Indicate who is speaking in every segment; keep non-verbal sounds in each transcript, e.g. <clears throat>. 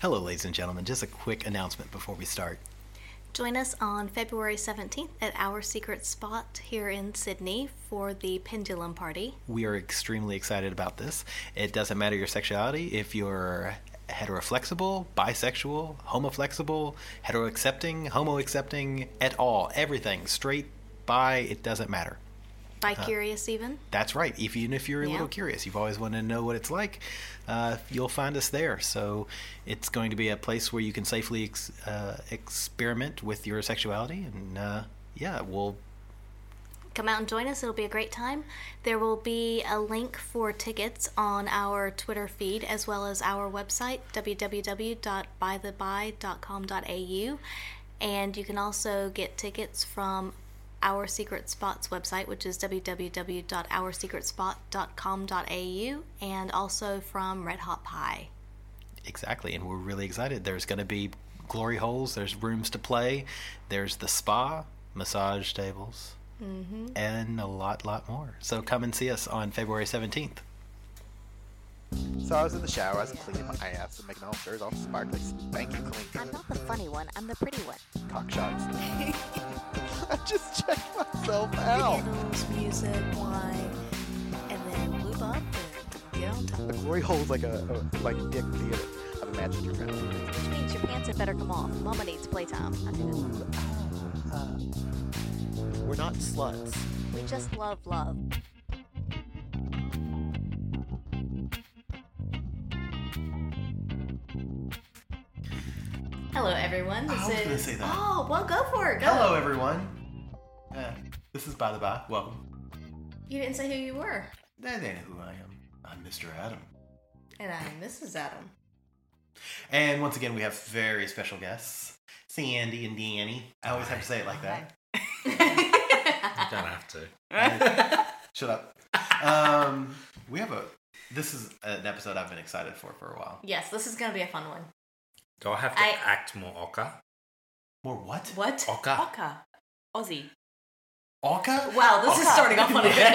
Speaker 1: Hello, ladies and gentlemen. Just a quick announcement before we start.
Speaker 2: Join us on February 17th at our secret spot here in Sydney for the Pendulum Party.
Speaker 1: We are extremely excited about this. It doesn't matter your sexuality, if you're heteroflexible, bisexual, homoflexible, heteroaccepting, homoaccepting, at all, everything, straight, bi, it doesn't matter.
Speaker 2: Bi curious, even.
Speaker 1: That's right. If- Even if you're a little
Speaker 2: Yeah.
Speaker 1: curious, you've always wanted to know what it's like, uh, you'll find us there. So it's going to be a place where you can safely ex- uh, experiment with your sexuality. And uh, yeah, we'll
Speaker 2: Come out and join us. It'll be a great time. There will be a link for tickets on our Twitter feed as well as our website, www.bytheby.com.au. And you can also get tickets from Our Secret Spot's website, which is www.oursecretspot.com.au, and also from Red Hot Pie.
Speaker 1: Exactly, and we're really excited. There's going to be glory holes. There's rooms to play. There's the spa, massage tables, and a lot, lot more. So come and see us on February 17th.
Speaker 3: So I was in the shower, I was cleaning my ass and making all sure it was all sparkly, spanky clean,
Speaker 4: I'm not the funny one, I'm the pretty one.
Speaker 2: <laughs>
Speaker 3: cock shots. <laughs> I just checked myself out.
Speaker 2: Candles, music, wine, and then loop up and get on top.
Speaker 3: The glory hole is like a, a like dick theater. I've imagined your friend.
Speaker 4: Which means your pants had better come off. Mama needs playtime. I do know.
Speaker 3: Uh, We're not sluts.
Speaker 4: We just love love.
Speaker 2: Hello, everyone. This
Speaker 1: I was
Speaker 2: is.
Speaker 1: gonna say that.
Speaker 2: Oh, well, go for it. Go.
Speaker 1: everyone. Uh, this is by the by. Welcome.
Speaker 2: You didn't say who you were.
Speaker 1: They know who I am. I'm Mr. Adam.
Speaker 2: And I'm Mrs. Adam.
Speaker 1: And once again, we have very special guests, Sandy and Danny. I always have to say it like that.
Speaker 5: Don't have to.
Speaker 1: <laughs> Shut up. Um, we have a. This is an episode I've been excited for for a while.
Speaker 2: yes, this is going to be a fun one.
Speaker 5: Do I have to
Speaker 6: I-
Speaker 5: act more Oka?
Speaker 1: More what?
Speaker 6: What?
Speaker 5: Oka.
Speaker 6: Oka. Aussie.
Speaker 1: Orca?
Speaker 6: Wow, this is
Speaker 1: Oka.
Speaker 6: starting off on a good
Speaker 5: <laughs>
Speaker 6: note.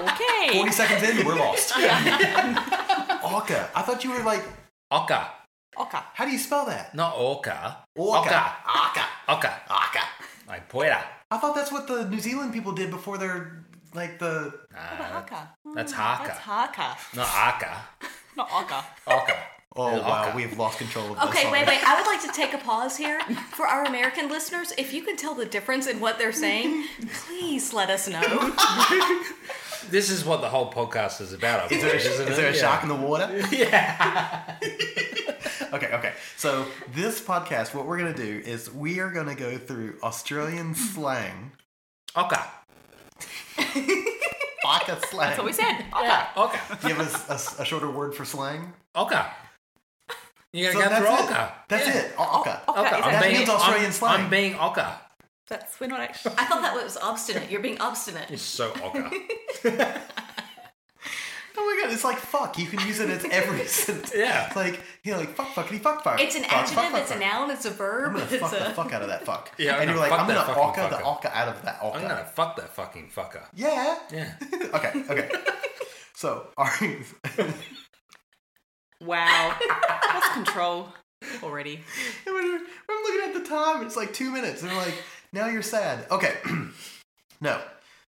Speaker 1: Forty
Speaker 6: okay.
Speaker 1: seconds in, we're
Speaker 5: <laughs>
Speaker 1: lost. Orca. I thought you were like,
Speaker 5: Oka.
Speaker 6: Oka.
Speaker 1: how do you spell that?
Speaker 5: Not orca.
Speaker 1: Orca. Orca.
Speaker 5: Oka.
Speaker 1: Orca.
Speaker 5: Like poeta.
Speaker 1: I thought that's what the New Zealand people did before their like the.
Speaker 6: What about Haka?
Speaker 5: That's Haka.
Speaker 6: That's Haka.
Speaker 5: Not aka.
Speaker 6: Not Oka.
Speaker 5: Oka.
Speaker 1: Oh
Speaker 5: Yeah,
Speaker 1: wow,
Speaker 5: orca.
Speaker 1: we have lost control of this.
Speaker 2: Okay, wait,
Speaker 1: already.
Speaker 2: wait. I would like to take a pause here for our American listeners. If you can tell the difference in what they're saying, please let us know.
Speaker 5: This is what the whole podcast is about. I
Speaker 1: Is there,
Speaker 5: believe, isn't
Speaker 1: is there a
Speaker 5: it? Yeah.
Speaker 1: shark in the water?
Speaker 5: <laughs>
Speaker 1: Yeah. <laughs> okay, okay. So, this podcast, what we're going to do is we are going to go through Australian slang,
Speaker 5: Oka.
Speaker 1: Baka slang.
Speaker 6: That's what we said. Oka.
Speaker 5: Oka.
Speaker 1: Give us a s- a, shorter word for slang.
Speaker 5: Oka. You're
Speaker 1: So
Speaker 5: gonna go
Speaker 1: that's
Speaker 5: through
Speaker 1: it.
Speaker 5: Oka.
Speaker 1: That's
Speaker 5: Yeah.
Speaker 1: it. O- Oka.
Speaker 6: Oka.
Speaker 5: Oka.
Speaker 6: Is
Speaker 5: I'm
Speaker 6: that-
Speaker 5: being,
Speaker 1: means Australian
Speaker 5: I'm,
Speaker 1: slang.
Speaker 5: I'm being Oka.
Speaker 6: That's we're not actually.
Speaker 2: I thought that was obstinate. You're being obstinate.
Speaker 5: It's so Oka.
Speaker 1: Oh my god, it's like fuck. You can use it as every <laughs> sentence.
Speaker 5: Yeah.
Speaker 1: It's like, you know, like fuck, fuckity, fuck, fuck.
Speaker 2: It's an
Speaker 1: fuck, fuck,
Speaker 2: adjective,
Speaker 1: fuck,
Speaker 2: it's a
Speaker 1: fuck.
Speaker 2: noun, it's a
Speaker 1: I'm
Speaker 2: verb,
Speaker 1: gonna
Speaker 2: it's
Speaker 1: fuck the
Speaker 2: a.
Speaker 1: fuck out of that fuck.
Speaker 5: <laughs> Yeah, I'm
Speaker 1: and you're
Speaker 5: gonna
Speaker 1: like,
Speaker 5: fuck
Speaker 1: I'm gonna
Speaker 5: that fucking
Speaker 1: Oka the
Speaker 5: fucker.
Speaker 1: Oka out of that Oka.
Speaker 5: I'm gonna fuck that fucking fucker.
Speaker 1: Yeah.
Speaker 5: <laughs> Yeah.
Speaker 1: Okay, okay. <laughs> so, <laughs> our,
Speaker 2: <laughs>
Speaker 6: Wow. That's control already.
Speaker 1: And when we're- I'm looking at the time. It's like two minutes. And we're like, now you're sad. Okay. <clears throat> no.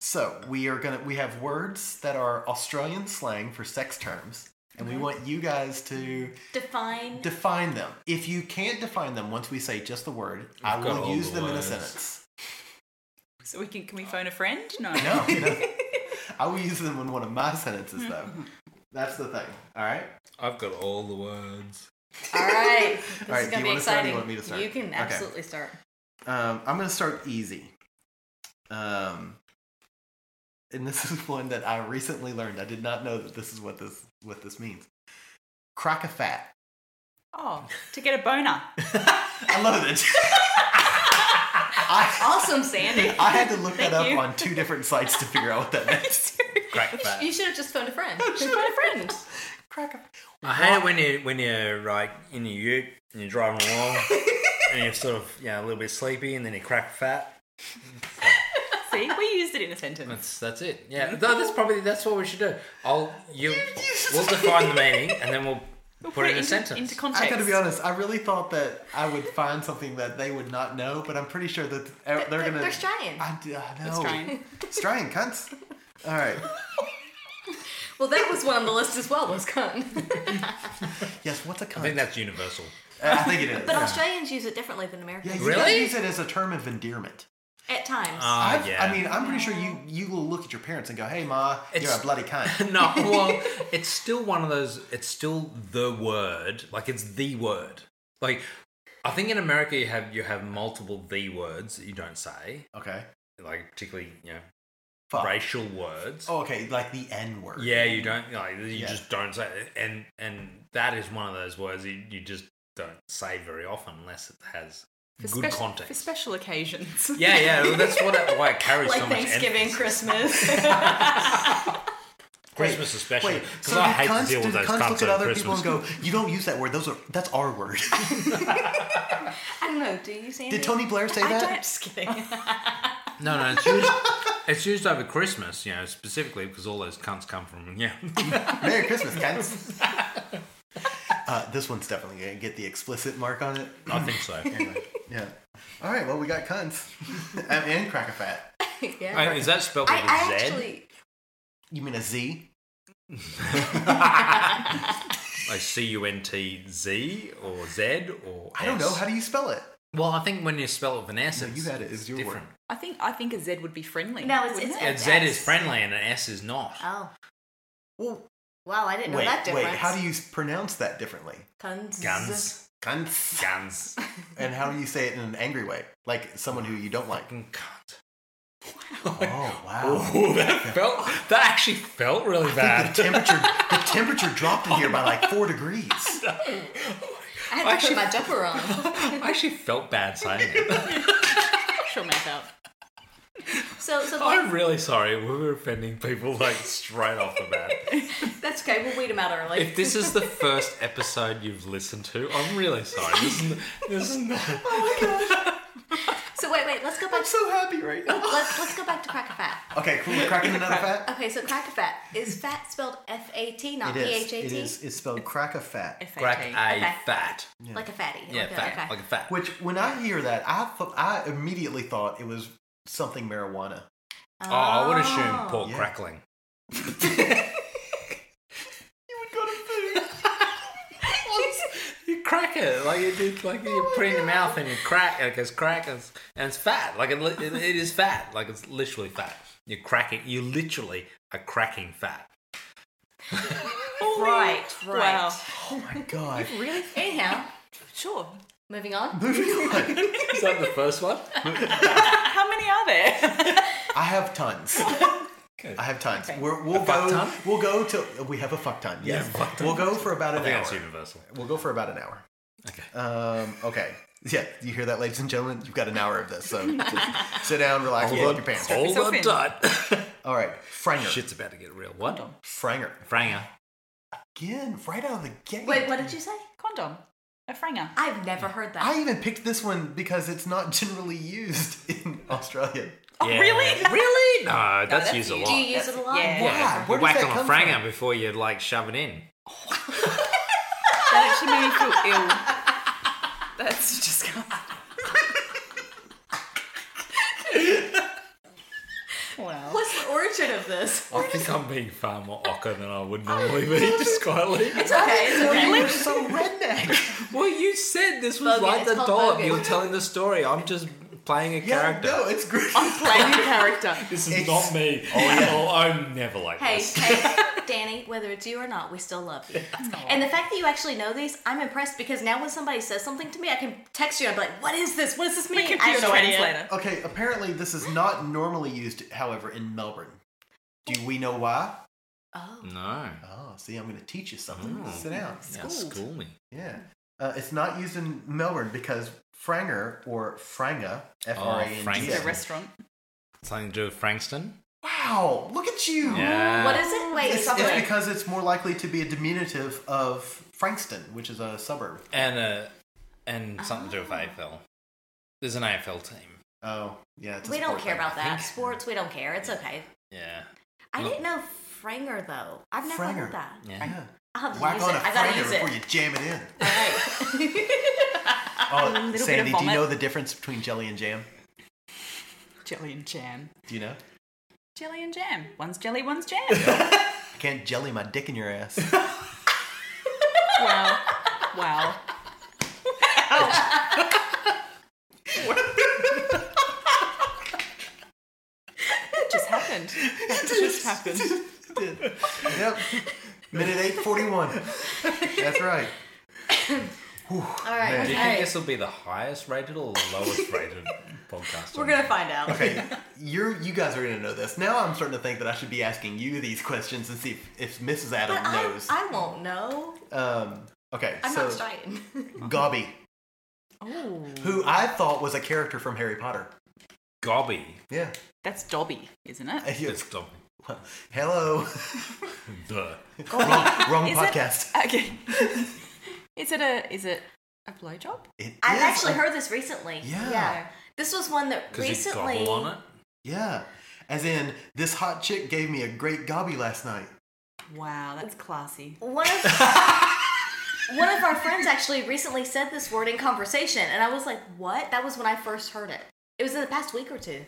Speaker 1: So we are gonna we have words that are Australian slang for sex terms, and we want you guys to
Speaker 2: Define.
Speaker 1: define them. If you can't define them, once we say just the word, I
Speaker 5: I've got
Speaker 1: will
Speaker 5: all
Speaker 1: use
Speaker 5: the
Speaker 1: them in a
Speaker 5: words.
Speaker 1: sentence.
Speaker 6: So we can can we phone a friend? No. <laughs>
Speaker 1: No, no. I will use them in one of my sentences though. That's the thing. All right.
Speaker 5: I've got all the words.
Speaker 2: All right. This
Speaker 1: All right,
Speaker 2: is
Speaker 1: do you
Speaker 2: going to be
Speaker 1: wanna start or do
Speaker 2: exciting.
Speaker 1: you want me to start?
Speaker 2: You can
Speaker 1: Okay.
Speaker 2: absolutely start.
Speaker 1: Um, I'm gonna start easy. Um, and this is one that I recently learned. I did not know that this is what this what this means. Crack a fat.
Speaker 6: Oh, to get
Speaker 1: <laughs>
Speaker 6: a boner.
Speaker 1: I love it. <laughs> I,
Speaker 6: Awesome, Sandy.
Speaker 1: I
Speaker 6: <laughs>
Speaker 1: had to look that
Speaker 6: Thank
Speaker 1: up
Speaker 6: you.
Speaker 1: on two different sites to figure out what that
Speaker 6: <laughs>
Speaker 1: meant.
Speaker 5: Crack that.
Speaker 2: You should have just phoned a friend.
Speaker 6: She's got a friend.
Speaker 2: <laughs>
Speaker 1: Crack a
Speaker 5: I hate it when you when you're like in your ute and you're driving <laughs> along and you're sort of you know, a little bit sleepy and then you crack fat.
Speaker 6: See, we used it in a sentence.
Speaker 5: That's that's it. Yeah, no, that's probably that's what we should do. I'll you <laughs> we'll define the meaning and then we'll,
Speaker 6: We'll
Speaker 5: put it in a
Speaker 6: into,
Speaker 5: sentence.
Speaker 6: Into context.
Speaker 1: I gotta be honest, I really thought that I would find something that they would not know, but I'm pretty sure that they're, they're
Speaker 2: they're-
Speaker 1: gonna.
Speaker 2: they're Australian.
Speaker 1: I, d- I know.
Speaker 6: Australian.
Speaker 1: Australian cunts. All right.
Speaker 2: Well, that was one on the list as well,
Speaker 1: <laughs>
Speaker 2: was cunt.
Speaker 1: Yes, what's a cunt?
Speaker 5: I think that's universal.
Speaker 1: Uh, I think it is.
Speaker 2: But Australians use it differently than
Speaker 1: yeah,
Speaker 2: Americans
Speaker 1: you Uh,
Speaker 5: Really?
Speaker 1: gotta use it as a term of endearment.
Speaker 2: at times.
Speaker 5: Ah,
Speaker 1: I've-
Speaker 5: yeah.
Speaker 1: I mean, I'm pretty sure you you will look at your parents and go, "Hey, ma, you're
Speaker 5: It's-
Speaker 1: a bloody cunt."
Speaker 5: <laughs> <laughs> no, well, it's still one of those. It's still the word. Like it's the word. Like I think in America you have you have multiple the words that you don't say.
Speaker 1: Okay.
Speaker 5: Like particularly you know
Speaker 1: Fuck.
Speaker 5: racial words.
Speaker 1: Oh, okay, like the N word.
Speaker 5: Yeah, you don't like you
Speaker 1: Yeah.
Speaker 5: just don't say it. and and that is one of those words you, you just don't say very often unless it has good
Speaker 6: special, For
Speaker 5: context.
Speaker 6: special occasions.
Speaker 5: yeah, yeah, well, that's what it, why it carries
Speaker 2: like
Speaker 5: so much. en-
Speaker 2: Thanksgiving, Christmas.
Speaker 5: <laughs> Christmas especially,
Speaker 1: Wait,
Speaker 5: 'cause
Speaker 1: so
Speaker 5: I
Speaker 1: do
Speaker 5: hate
Speaker 1: cunts,
Speaker 5: to deal
Speaker 1: do
Speaker 5: with those
Speaker 1: cunts
Speaker 5: cunts
Speaker 1: look at
Speaker 5: over
Speaker 1: other people
Speaker 5: Christmas.
Speaker 1: and go, "You don't use that word. Those are that's our word."
Speaker 2: <laughs> I don't know. Do you Sandy?
Speaker 1: Did Tony Blair say
Speaker 2: I
Speaker 1: that?
Speaker 2: don't. Just <laughs> kidding.
Speaker 5: No, no, <laughs> it's used, it's used over Christmas, you know, specifically because all those cunts come from yeah. <laughs>
Speaker 1: Merry Christmas,
Speaker 2: <laughs>
Speaker 1: cunts. <laughs> uh, this one's definitely gonna get the explicit mark on it. Oh,
Speaker 5: I think so.
Speaker 2: <laughs>
Speaker 1: Yeah. All right. Well, we got cunts <laughs> and, and crack a fat.
Speaker 2: yeah.
Speaker 5: Uh, Is that spelled
Speaker 2: I,
Speaker 5: with a
Speaker 2: I
Speaker 5: Z?
Speaker 2: actually.
Speaker 1: You mean a Z?
Speaker 2: <laughs>
Speaker 5: <laughs> like C U N T Z or Z or
Speaker 1: I don't know.
Speaker 5: S?
Speaker 1: How do you spell it?
Speaker 5: Well, I think when you spell it with an S,
Speaker 1: No,
Speaker 5: it's,
Speaker 1: you had it. It's your
Speaker 5: different.
Speaker 1: word.
Speaker 6: I think I think a Z would be friendly.
Speaker 2: No, it's-
Speaker 6: wouldn't
Speaker 2: it's-
Speaker 6: it?
Speaker 5: Yeah,
Speaker 2: It's
Speaker 5: Z is
Speaker 2: S.
Speaker 5: friendly and an S is not.
Speaker 2: Oh,
Speaker 1: Well,
Speaker 2: wow! I didn't know
Speaker 1: wait,
Speaker 2: that
Speaker 1: wait.
Speaker 2: difference.
Speaker 1: How do you s- pronounce that differently?
Speaker 2: Guns.
Speaker 5: Guns.
Speaker 1: Cunts.
Speaker 2: <laughs>
Speaker 5: Guns.
Speaker 1: And how do you say it in an angry way, like someone who you don't like?
Speaker 5: Fucking cunt.
Speaker 1: Oh wow.
Speaker 5: <laughs>
Speaker 2: <laughs>
Speaker 5: Oh, that felt. That actually felt really
Speaker 1: The
Speaker 5: bad.
Speaker 1: temperature, the temperature dropped in here by like four
Speaker 5: <laughs>
Speaker 1: degrees.
Speaker 2: I had to
Speaker 5: Actually-
Speaker 2: put my jumper on.
Speaker 5: <laughs> I actually felt bad saying it. <laughs>
Speaker 6: She'll make up.
Speaker 2: So, so
Speaker 5: I'm really sorry. We were offending people like straight off the bat.
Speaker 2: that's okay. We'll weed them out early.
Speaker 5: If this is the first episode you've listened to, I'm really sorry. This is, this is not.
Speaker 2: So wait, wait. Let's go back.
Speaker 1: I'm so happy right now.
Speaker 2: Let's let's go back to crack a fat.
Speaker 1: Okay, cool. We're cracking another fat.
Speaker 2: Okay, so crack a fat is fat spelled F A T, not
Speaker 1: It
Speaker 2: P
Speaker 1: is.
Speaker 2: H A
Speaker 1: It
Speaker 2: T,
Speaker 1: is. It's
Speaker 2: <laughs>
Speaker 1: spelled crack a fat.
Speaker 6: F A T.
Speaker 5: Crack a
Speaker 2: Okay.
Speaker 5: fat.
Speaker 2: like a fatty.
Speaker 5: Yeah,
Speaker 2: like a-
Speaker 5: fat.
Speaker 2: okay.
Speaker 5: Like a fat.
Speaker 1: Which, when I hear that, I thought I immediately thought it was something marijuana.
Speaker 5: Oh, I would assume
Speaker 6: Ah.
Speaker 2: Oh.
Speaker 5: pork
Speaker 1: Yeah.
Speaker 5: <laughs> crackling. <laughs> You crack it like you did, like
Speaker 6: Oh
Speaker 5: you put it in your mouth and you crack, like it's crack, and it's, and it's fat, like it, li- it, it is fat, like it's literally fat. You're cracking, you literally are cracking fat.
Speaker 2: Right, right.
Speaker 6: Wow.
Speaker 1: Oh
Speaker 2: <laughs>
Speaker 1: my god.
Speaker 2: Really? Anyhow,
Speaker 6: Sure.
Speaker 2: moving on.
Speaker 1: Moving on.
Speaker 5: Is that the first
Speaker 6: <laughs>
Speaker 5: one?
Speaker 6: How many are there?
Speaker 1: I have tons.
Speaker 5: Okay.
Speaker 1: I have tons. We're, we'll
Speaker 5: A
Speaker 1: go.
Speaker 5: fuck ton?
Speaker 1: We'll go to. We have a fuck ton. Yes.
Speaker 5: Yeah, fuck ton.
Speaker 1: We'll go for about
Speaker 5: I
Speaker 1: an
Speaker 5: think that's
Speaker 1: hour.
Speaker 5: universal.
Speaker 1: We'll go for about an hour.
Speaker 5: Okay.
Speaker 1: Um, okay. Yeah, you hear that, ladies and gentlemen? You've got an hour of this, so
Speaker 2: <laughs>
Speaker 1: just sit down, relax, and hold
Speaker 5: Hold on,
Speaker 1: your pants.
Speaker 5: hold
Speaker 6: yourself
Speaker 5: on
Speaker 6: in.
Speaker 5: tight.
Speaker 1: All right, Franger.
Speaker 5: <laughs> Shit's about to get real. What?
Speaker 1: Franger.
Speaker 5: Franger.
Speaker 1: Again, right out of the gate.
Speaker 2: <laughs> Wait, what did you say?
Speaker 6: Condom. A franger.
Speaker 2: I've never heard that.
Speaker 1: I even picked this one because it's not generally used <laughs> in Australia.
Speaker 6: Oh, <laughs> really?
Speaker 2: <laughs>
Speaker 5: Really? No, Uh, that's,
Speaker 6: that's
Speaker 5: used a
Speaker 6: huge.
Speaker 5: lot.
Speaker 2: Do you use it a lot?
Speaker 6: Yeah.
Speaker 1: Yeah, where does
Speaker 5: whack
Speaker 1: that
Speaker 5: on
Speaker 1: come
Speaker 5: a franger
Speaker 1: from?
Speaker 5: before you like shove it in.
Speaker 6: That actually made me feel ill. That's disgusting. wow.
Speaker 2: What's the origin of this?
Speaker 5: I think I'm being far <laughs> more ocker than I would normally be, just quietly.
Speaker 2: It's okay. It's okay.
Speaker 1: You're so redneck.
Speaker 5: Well, you said this was
Speaker 2: Bogan,
Speaker 5: like
Speaker 2: it's
Speaker 5: the
Speaker 2: called
Speaker 5: dollop.
Speaker 2: Bogan.
Speaker 5: You're telling the story. I'm just playing a
Speaker 1: yeah,
Speaker 5: character.
Speaker 1: no, it's great. <laughs>
Speaker 6: Playing a
Speaker 2: <laughs>
Speaker 6: character.
Speaker 5: this
Speaker 1: it's-
Speaker 5: is not me. Oh, I'm never like
Speaker 2: Hey,
Speaker 5: this.
Speaker 2: hey,
Speaker 1: <laughs>
Speaker 2: Danny, whether it's you or not, we still love you. And the fact that you actually know these, I'm impressed because now when somebody says something to me, I can text you and be like, what is this? What does this mean? I have
Speaker 6: Computer
Speaker 2: no idea.
Speaker 6: translator.
Speaker 1: Okay, apparently this is not normally used, however, in Melbourne. Do we know why?
Speaker 2: Oh.
Speaker 5: No.
Speaker 1: Oh, see, I'm going to teach you something.
Speaker 5: Hmm.
Speaker 1: Sit down.
Speaker 5: Yeah, school me.
Speaker 1: Yeah. Uh, it's not used in Melbourne because Franger or Franga, F R A N G
Speaker 5: Frankston.
Speaker 6: It's
Speaker 1: A.
Speaker 6: a restaurant.
Speaker 5: Something to do with Frankston?
Speaker 1: Wow, look at you.
Speaker 5: Yeah.
Speaker 2: What is it? Wait,
Speaker 1: Uh, It's,
Speaker 2: something.
Speaker 1: it's because it's more likely to be a diminutive of Frankston, which is a suburb.
Speaker 5: And uh, and something to do with AFL. There's an AFL team.
Speaker 1: Oh, yeah. It's a
Speaker 2: we don't
Speaker 1: sport
Speaker 2: care
Speaker 1: thing, I
Speaker 2: about that.
Speaker 5: think.
Speaker 2: Sports, we don't care. It's okay.
Speaker 5: Yeah.
Speaker 2: I
Speaker 5: Well-
Speaker 2: didn't know Franger though. I've never
Speaker 1: Franger.
Speaker 2: heard that.
Speaker 5: Yeah.
Speaker 2: I'll have to
Speaker 1: Whack
Speaker 2: use
Speaker 1: on
Speaker 2: it.
Speaker 1: a
Speaker 2: I gotta
Speaker 1: Franger
Speaker 2: use
Speaker 1: before
Speaker 2: it.
Speaker 1: you jam it in.
Speaker 2: All
Speaker 1: <laughs>
Speaker 2: right.
Speaker 6: A little
Speaker 1: Oh,
Speaker 6: bit of
Speaker 1: Sandy, do you
Speaker 6: vomit.
Speaker 1: know the difference between jelly and jam?
Speaker 6: Jelly and jam.
Speaker 1: Do you know?
Speaker 6: Jelly and jam. One's jelly, one's jam.
Speaker 1: <laughs> I can't jelly my dick in your ass.
Speaker 6: wow. Wow. What just happened? That just happened.
Speaker 1: yep. Minute
Speaker 2: <laughs>
Speaker 1: 841. That's right.
Speaker 2: All right.
Speaker 5: Do you
Speaker 2: All
Speaker 5: think
Speaker 2: right.
Speaker 5: this will be the highest rated or lowest <laughs> rated podcast?
Speaker 2: We're gonna find out.
Speaker 1: Okay, you're you guys are gonna know this. Now I'm starting to think that I should be asking you these questions and see if, if Mrs. Adam
Speaker 2: But I,
Speaker 1: knows.
Speaker 2: I won't know.
Speaker 1: um, okay,
Speaker 2: I'm
Speaker 1: so
Speaker 2: not Australian.
Speaker 1: Gobby,
Speaker 6: Oh.
Speaker 1: who I thought was a character from Harry Potter.
Speaker 5: Gobby.
Speaker 1: Yeah. <laughs>
Speaker 6: That's Dobby, isn't it?
Speaker 5: It's Gobby.
Speaker 1: Hello.
Speaker 5: The.
Speaker 1: <laughs> wrong wrong
Speaker 6: Is it-
Speaker 1: podcast.
Speaker 6: Okay. <laughs> is it a is it a blowjob?
Speaker 1: It
Speaker 2: I've
Speaker 1: is
Speaker 2: actually
Speaker 1: a-
Speaker 2: heard this recently.
Speaker 1: Yeah.
Speaker 2: This was one that
Speaker 5: Because you
Speaker 2: recently.
Speaker 5: gobble on it.
Speaker 1: Yeah. As in, this hot chick gave me a great gobby last night.
Speaker 6: Wow, that's classy.
Speaker 2: One
Speaker 1: <laughs>
Speaker 2: of one of our friends actually recently said this word in conversation, and I was like, "What?" That was when I first heard it. It was in the past week or two.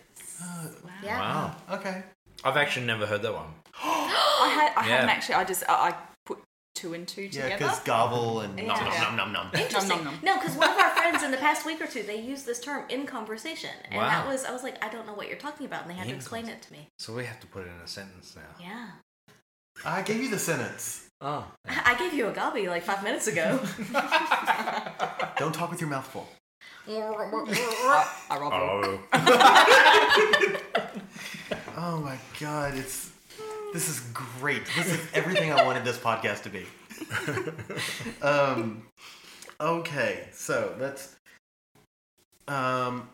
Speaker 2: yeah.
Speaker 5: Wow.
Speaker 1: Okay.
Speaker 5: I've actually never heard that one.
Speaker 6: I had I
Speaker 5: Yeah.
Speaker 6: haven't actually I just I, I put two and two
Speaker 1: Yeah,
Speaker 6: together.
Speaker 1: because gobble and
Speaker 2: Yeah.
Speaker 1: nom nom nom nom nom.
Speaker 2: Interesting.
Speaker 6: Nom, nom, nom.
Speaker 2: No, because one of our friends in the past week or two, they used this term in conversation, and that
Speaker 5: Wow.
Speaker 2: was I was like, "I don't know what you're talking about," and they had to
Speaker 5: In
Speaker 2: explain
Speaker 5: conver-
Speaker 2: it to me.
Speaker 5: So we have to put it in a sentence now.
Speaker 2: Yeah.
Speaker 1: I gave you the sentence.
Speaker 5: Oh.
Speaker 2: I I gave you a gobby like five minutes ago.
Speaker 1: Don't talk with your mouth full.
Speaker 6: I robbed her.
Speaker 5: Oh.
Speaker 1: Oh my god, it's this is great. This is everything I wanted this podcast to be. um okay, so let's um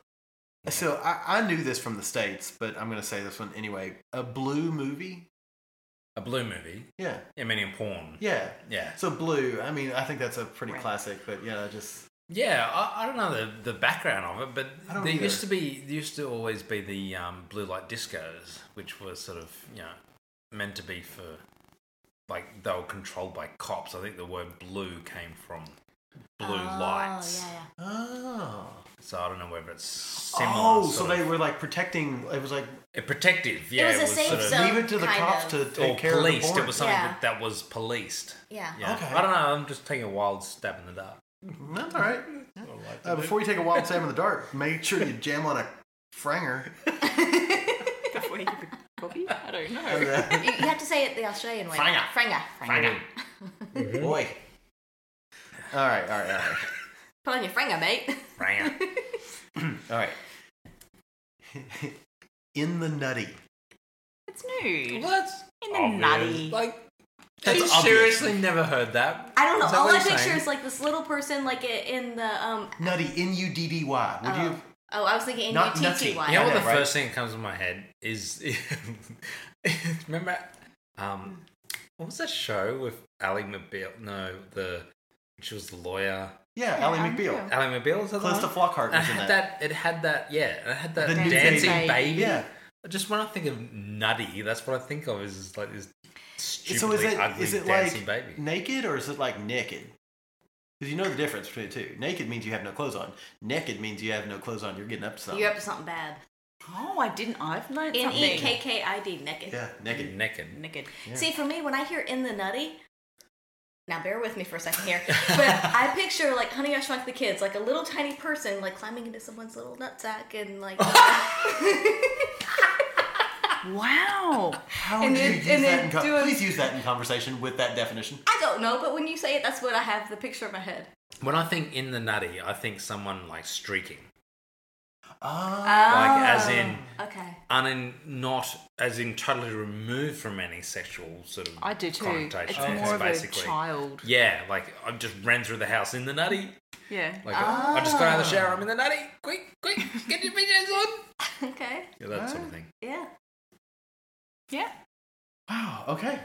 Speaker 1: so I, I knew this from the States, but I'm gonna say this one anyway. A blue movie?
Speaker 5: <laughs> A blue movie.
Speaker 1: Yeah.
Speaker 5: I mean, in porn.
Speaker 1: Yeah.
Speaker 5: Yeah.
Speaker 1: So blue, I mean I think that's a pretty
Speaker 6: Right.
Speaker 1: classic, but yeah, I just
Speaker 5: Yeah, I, I don't know the, the background of it,
Speaker 1: I
Speaker 5: but
Speaker 1: don't
Speaker 5: there
Speaker 1: either.
Speaker 5: used to be there used to always be the um, blue light discos, which was sort of you know meant to be for like they were controlled by cops. I think the word blue came from blue lights.
Speaker 2: Yeah, yeah.
Speaker 1: Oh.
Speaker 5: So I don't know whether it's similar.
Speaker 1: oh, so
Speaker 5: sort
Speaker 1: they
Speaker 5: of-
Speaker 1: were like protecting it was like
Speaker 5: eh, protective. Yeah,
Speaker 2: was a safe
Speaker 5: sort of-
Speaker 2: zone.
Speaker 1: leave it to the
Speaker 2: kind
Speaker 1: cops
Speaker 2: of.
Speaker 1: to take
Speaker 5: or
Speaker 1: care
Speaker 5: policed.
Speaker 1: of the
Speaker 5: it was
Speaker 1: porn.
Speaker 5: something
Speaker 2: Yeah.
Speaker 5: that, that was policed.
Speaker 2: Yeah.
Speaker 5: Yeah.
Speaker 1: Okay.
Speaker 5: I don't know. I'm just taking a wild stab in the dark.
Speaker 1: That's all right. Uh, before you take a wild stab in the dark, make sure you jam on a franger.
Speaker 6: Before you could copy? I don't know.
Speaker 1: Boy.
Speaker 2: You, you have to say it the Australian way.
Speaker 5: Franga.
Speaker 2: Franga. Franga.
Speaker 1: All right, all right, all right,
Speaker 2: Put on your franga, mate. <laughs>
Speaker 5: Franga.
Speaker 1: all right. in the nutty.
Speaker 6: It's nude.
Speaker 5: What?
Speaker 2: <laughs>
Speaker 6: In the
Speaker 5: Obvious.
Speaker 6: nutty.
Speaker 5: Like,
Speaker 1: That's
Speaker 5: you
Speaker 1: obvious.
Speaker 5: seriously never heard that?
Speaker 2: I don't know.
Speaker 5: Is that
Speaker 2: All
Speaker 5: what
Speaker 2: I
Speaker 5: you're
Speaker 2: picture
Speaker 5: saying?
Speaker 2: is like this little person, like i- in the um.
Speaker 1: Nutty, N U D D Y. Would you?
Speaker 2: Oh, I was thinking N U
Speaker 1: Not
Speaker 2: T T Y.
Speaker 1: nutty.
Speaker 5: You know
Speaker 1: I
Speaker 5: what
Speaker 1: know,
Speaker 5: the
Speaker 1: right?
Speaker 5: first thing that comes to my head is <laughs> remember um what was that show with Ali McBeal? No, the she was the lawyer.
Speaker 1: Yeah, Ally McBeal.
Speaker 5: Ali McBeal is that the
Speaker 1: Close to
Speaker 5: one?
Speaker 1: Flockhart
Speaker 5: And it
Speaker 1: was in
Speaker 5: had
Speaker 1: that.
Speaker 5: that. It had that. Yeah, and it had that
Speaker 1: The new
Speaker 5: dancing
Speaker 1: baby.
Speaker 5: baby.
Speaker 1: Yeah.
Speaker 5: I just when I think of nutty, that's what I think of is like this
Speaker 1: So
Speaker 5: stupidly
Speaker 1: is it
Speaker 5: ugly
Speaker 1: is it
Speaker 5: dancing
Speaker 1: like
Speaker 5: baby.
Speaker 1: naked or is it like naked? Because you know the difference between the two. Naked means you have no clothes on. Naked means you have no clothes on. You're getting up to something.
Speaker 2: You're up to something bad.
Speaker 6: Oh, I didn't. I've learned
Speaker 2: N
Speaker 6: something.
Speaker 2: E K K I D. Naked.
Speaker 1: Yeah, naked.
Speaker 5: Naked.
Speaker 6: Naked.
Speaker 2: See, for me, when I hear in the nutty, now bear with me for a
Speaker 1: <laughs>
Speaker 2: second here, but I picture like Honey I Shrunk the Kids, like a little tiny person like climbing into someone's little nutsack
Speaker 1: <laughs>
Speaker 2: and like.
Speaker 6: Wow.
Speaker 1: How
Speaker 2: And
Speaker 1: do
Speaker 2: then-
Speaker 1: you use
Speaker 2: and
Speaker 1: that
Speaker 2: then
Speaker 1: in con-
Speaker 2: do a-
Speaker 1: Please use that in conversation with that definition.
Speaker 2: I don't know, but when you say it, that's what I have the picture in my head.
Speaker 5: When I think in the nutty, I think someone like streaking. Like,
Speaker 6: Ah.
Speaker 5: as in,
Speaker 2: Okay. <laughs>
Speaker 5: un- in, not as in totally removed from any sexual sort of
Speaker 6: I do too. It's
Speaker 5: connotation.
Speaker 6: more of
Speaker 5: Oh, basically.
Speaker 6: a child.
Speaker 5: Yeah, like I just ran through the house in the nutty.
Speaker 6: Yeah.
Speaker 5: Like I just got out of the shower. I'm in the nutty. Quick, quick, get your PJs on.
Speaker 2: Okay.
Speaker 5: Yeah, that sort of thing.
Speaker 2: Yeah.
Speaker 6: yeah.
Speaker 1: Wow. Okay.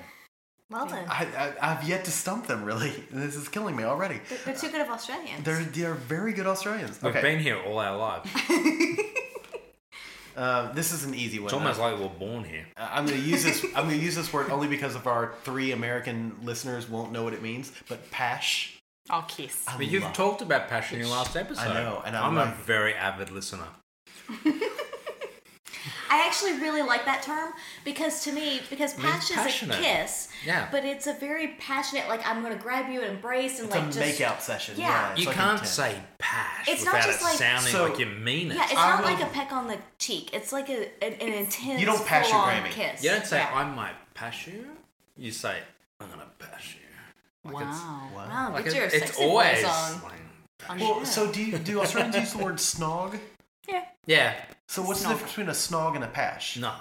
Speaker 2: Well then,
Speaker 1: I, I I've yet to stump them. Really, <laughs> this is killing me already.
Speaker 2: they're, they're too good of Australians.
Speaker 1: They're they're very good Australians.
Speaker 5: We've
Speaker 1: Okay.
Speaker 5: been here all
Speaker 1: <laughs>
Speaker 5: our lives.
Speaker 1: Uh, this is an easy one.
Speaker 5: It's almost like we were born here.
Speaker 1: Uh, I'm gonna use this. I'm gonna use this word only because of our three American listeners won't know what it means. But pash.
Speaker 6: I'll kiss.
Speaker 1: I
Speaker 5: But you've
Speaker 1: love-
Speaker 5: talked about passion in your last episode.
Speaker 1: know, and I
Speaker 5: I'm
Speaker 1: love
Speaker 5: a
Speaker 1: it.
Speaker 5: very avid listener.
Speaker 2: I actually really like that term because to me, because
Speaker 5: means
Speaker 2: pash is a
Speaker 5: passionate.
Speaker 2: kiss,
Speaker 5: Yeah.
Speaker 2: but it's a very passionate, like I'm gonna grab you and embrace and
Speaker 1: It's
Speaker 2: like
Speaker 1: a
Speaker 2: just
Speaker 1: makeout session.
Speaker 2: yeah.
Speaker 1: Yeah. it's
Speaker 5: you
Speaker 1: like
Speaker 5: can't
Speaker 1: intense.
Speaker 5: say pash
Speaker 2: It's not
Speaker 5: without
Speaker 2: just
Speaker 5: it
Speaker 2: like-
Speaker 5: sounding
Speaker 1: So-
Speaker 5: like you mean it.
Speaker 2: Yeah, it's
Speaker 1: I
Speaker 2: not
Speaker 1: will-
Speaker 2: like a peck on the cheek. It's like a an, an intense.
Speaker 1: You don't pass your
Speaker 2: full-on
Speaker 1: Grammy.
Speaker 2: kiss.
Speaker 5: you don't say
Speaker 6: yeah.
Speaker 5: I might pash you. You say I'm gonna pash you. Like it's-
Speaker 6: wow.
Speaker 2: Wow,
Speaker 5: like
Speaker 2: get
Speaker 5: it-
Speaker 2: your
Speaker 5: it's
Speaker 2: sexy
Speaker 5: always
Speaker 2: voice on.
Speaker 5: like-
Speaker 1: Well, so do you, do Australians use the word snog?
Speaker 6: Yeah.
Speaker 5: yeah,
Speaker 1: So what's the
Speaker 6: Snog.
Speaker 1: difference between a snog and a pash?
Speaker 5: no.